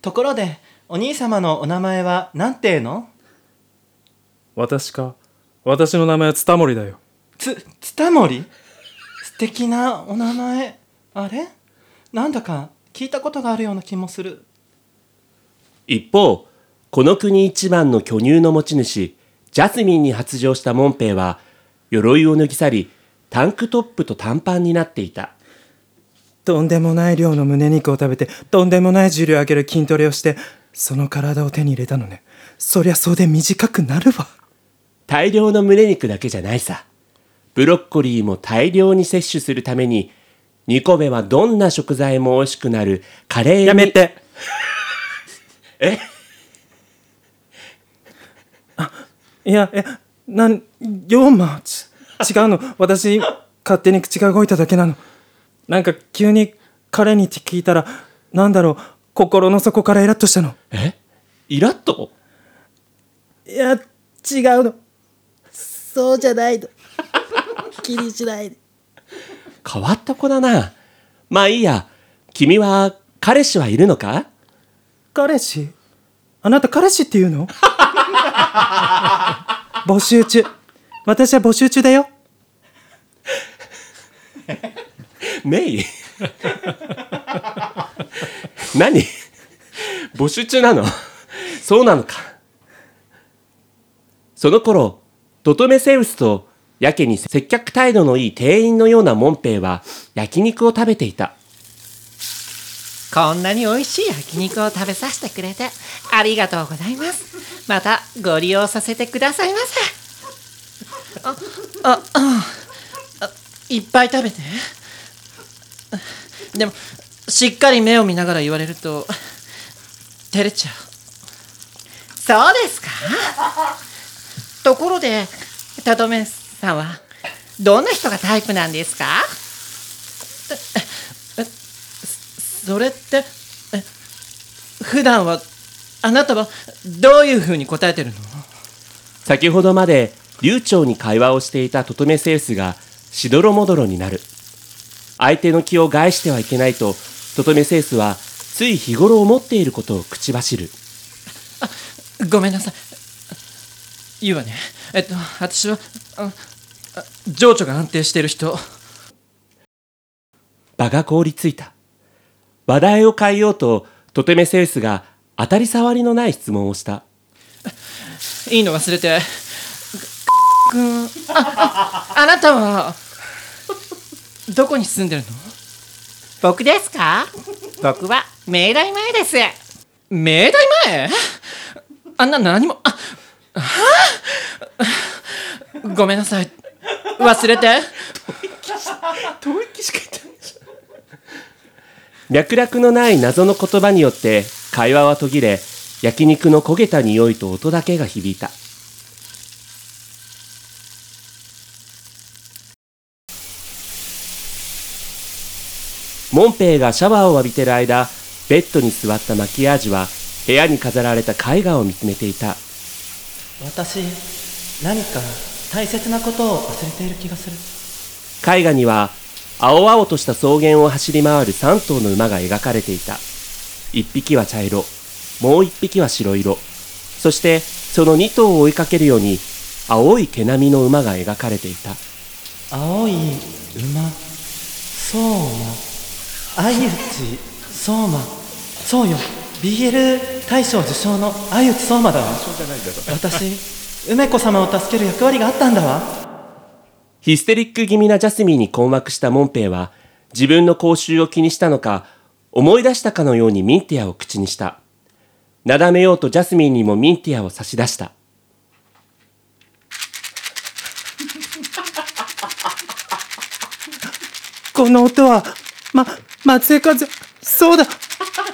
Speaker 1: ところでお兄様のお名前は何ていうの
Speaker 2: 私か私の名前はツタモリだよ
Speaker 1: つつたもり素敵なお名前あれなんだか聞いたことがあるような気もする
Speaker 3: 一方この国一番の巨乳の持ち主ジャスミンに発情したモンペイは鎧を脱ぎ去りタンクトップと短パンになっていた
Speaker 2: とんでもない量の胸肉を食べてとんでもない重量を上げる筋トレをしてその体を手に入れたのねそりゃそうで短くなるわ
Speaker 3: 大量の胸肉だけじゃないさブロッコリーも大量に摂取するためにニコベはどんな食材も美味しくなるカレーに
Speaker 2: やめて
Speaker 3: え
Speaker 2: いやえなん龍馬ち違うの私勝手に口が動いただけなのなんか急に彼にって聞いたらなんだろう心の底からイラッとしたの
Speaker 3: えイラッと
Speaker 2: いや違うの
Speaker 4: そうじゃないの。気にしないで。
Speaker 3: 変わった子だなまあいいや君は彼氏はいるのか
Speaker 2: 彼氏あなた彼氏って言うの 募集中私は募集中だよ
Speaker 3: メイ何募集中なのそうなのかその頃ドトメセウスとやけに接客態度のいい店員のようなモンペイは焼肉を食べていた
Speaker 5: こんなに美味しい焼肉を食べさせてくれてありがとうございます。またご利用させてくださいませ。あ、あ、あ、あいっぱい食べて。でも、しっかり目を見ながら言われると、照れちゃう。そうですかところで、たとめさんは、どんな人がタイプなんですかそれってえ普段はあなたはどういうふうに答えてるの
Speaker 3: 先ほどまで流暢に会話をしていたトトメセウスがしどろもどろになる相手の気を害してはいけないとトトメセウスはつい日頃思っていることを口走る
Speaker 5: ごめんなさい言うわねえっと私はああ情緒が安定してる人
Speaker 3: 場が凍りついた。話題を変えようと、トテメセウスが当たり障りのない質問をした。
Speaker 5: いいの忘れてくんあああなたはどこに住んでるの僕ですか僕は明大前です明大前あんな何もあはあごめんなさい忘れて
Speaker 3: 脈絡のない謎の言葉によって会話は途切れ、焼肉の焦げた匂いと音だけが響いた。モンペイがシャワーを浴びてる間、ベッドに座ったマキアージュは部屋に飾られた絵画を見つめていた。
Speaker 1: 私何か大切なことを忘れている気がする
Speaker 3: 絵画には青々とした草原を走り回る3頭の馬が描かれていた1匹は茶色もう1匹は白色そしてその2頭を追いかけるように青い毛並みの馬が描かれていた
Speaker 1: 青い馬そうな相打ちそうまそうよ BL 大賞受賞の相内相馬だわ私梅子様を助ける役割があったんだわ
Speaker 3: ヒステリック気味なジャスミンに困惑したモンペイは、自分の口臭を気にしたのか、思い出したかのようにミンティアを口にした。なだめようとジャスミンにもミンティアを差し出した。
Speaker 2: この音は、ま、松江和、そうだ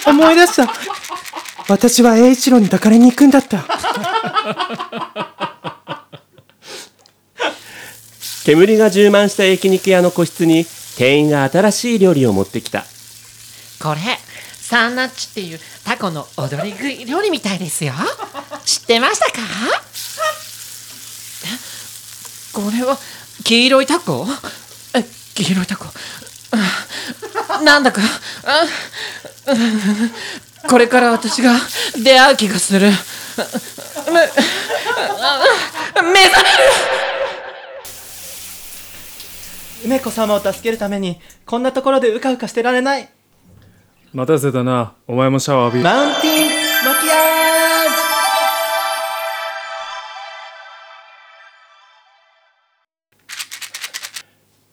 Speaker 2: 思い出した私は栄一郎に抱かれに行くんだった。
Speaker 3: 煙が充満した焼肉屋の個室に、店員が新しい料理を持ってきた。
Speaker 5: これサンナッチっていうタコの踊り食い料理みたいです よ知ってましたかこれは黄色いタコえ黄色いタ コうんなんだかうんうんこれから私が出会う気がす るうんうんうん目覚める
Speaker 1: 梅子様を助けるためにこんなところでうかうかしてられない
Speaker 2: 待たせたな。お前もシャワー浴び。
Speaker 1: マウンティンマキアージュ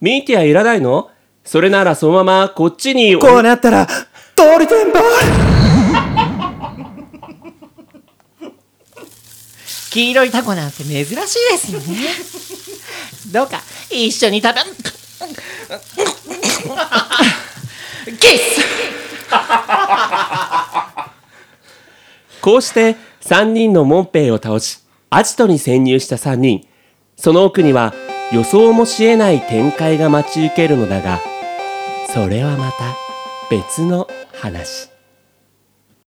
Speaker 3: ミンティアいらないのそれならそのままこっちに。
Speaker 2: こうなったら、トールテンボール
Speaker 5: 黄色いタコなんて珍しいですよねどうか一緒に食べキス
Speaker 3: こうして3人のモンペイを倒し、アジトに潜入した3人。その奥には予想もし得ない展開が待ち受けるのだが、それはまた別の話。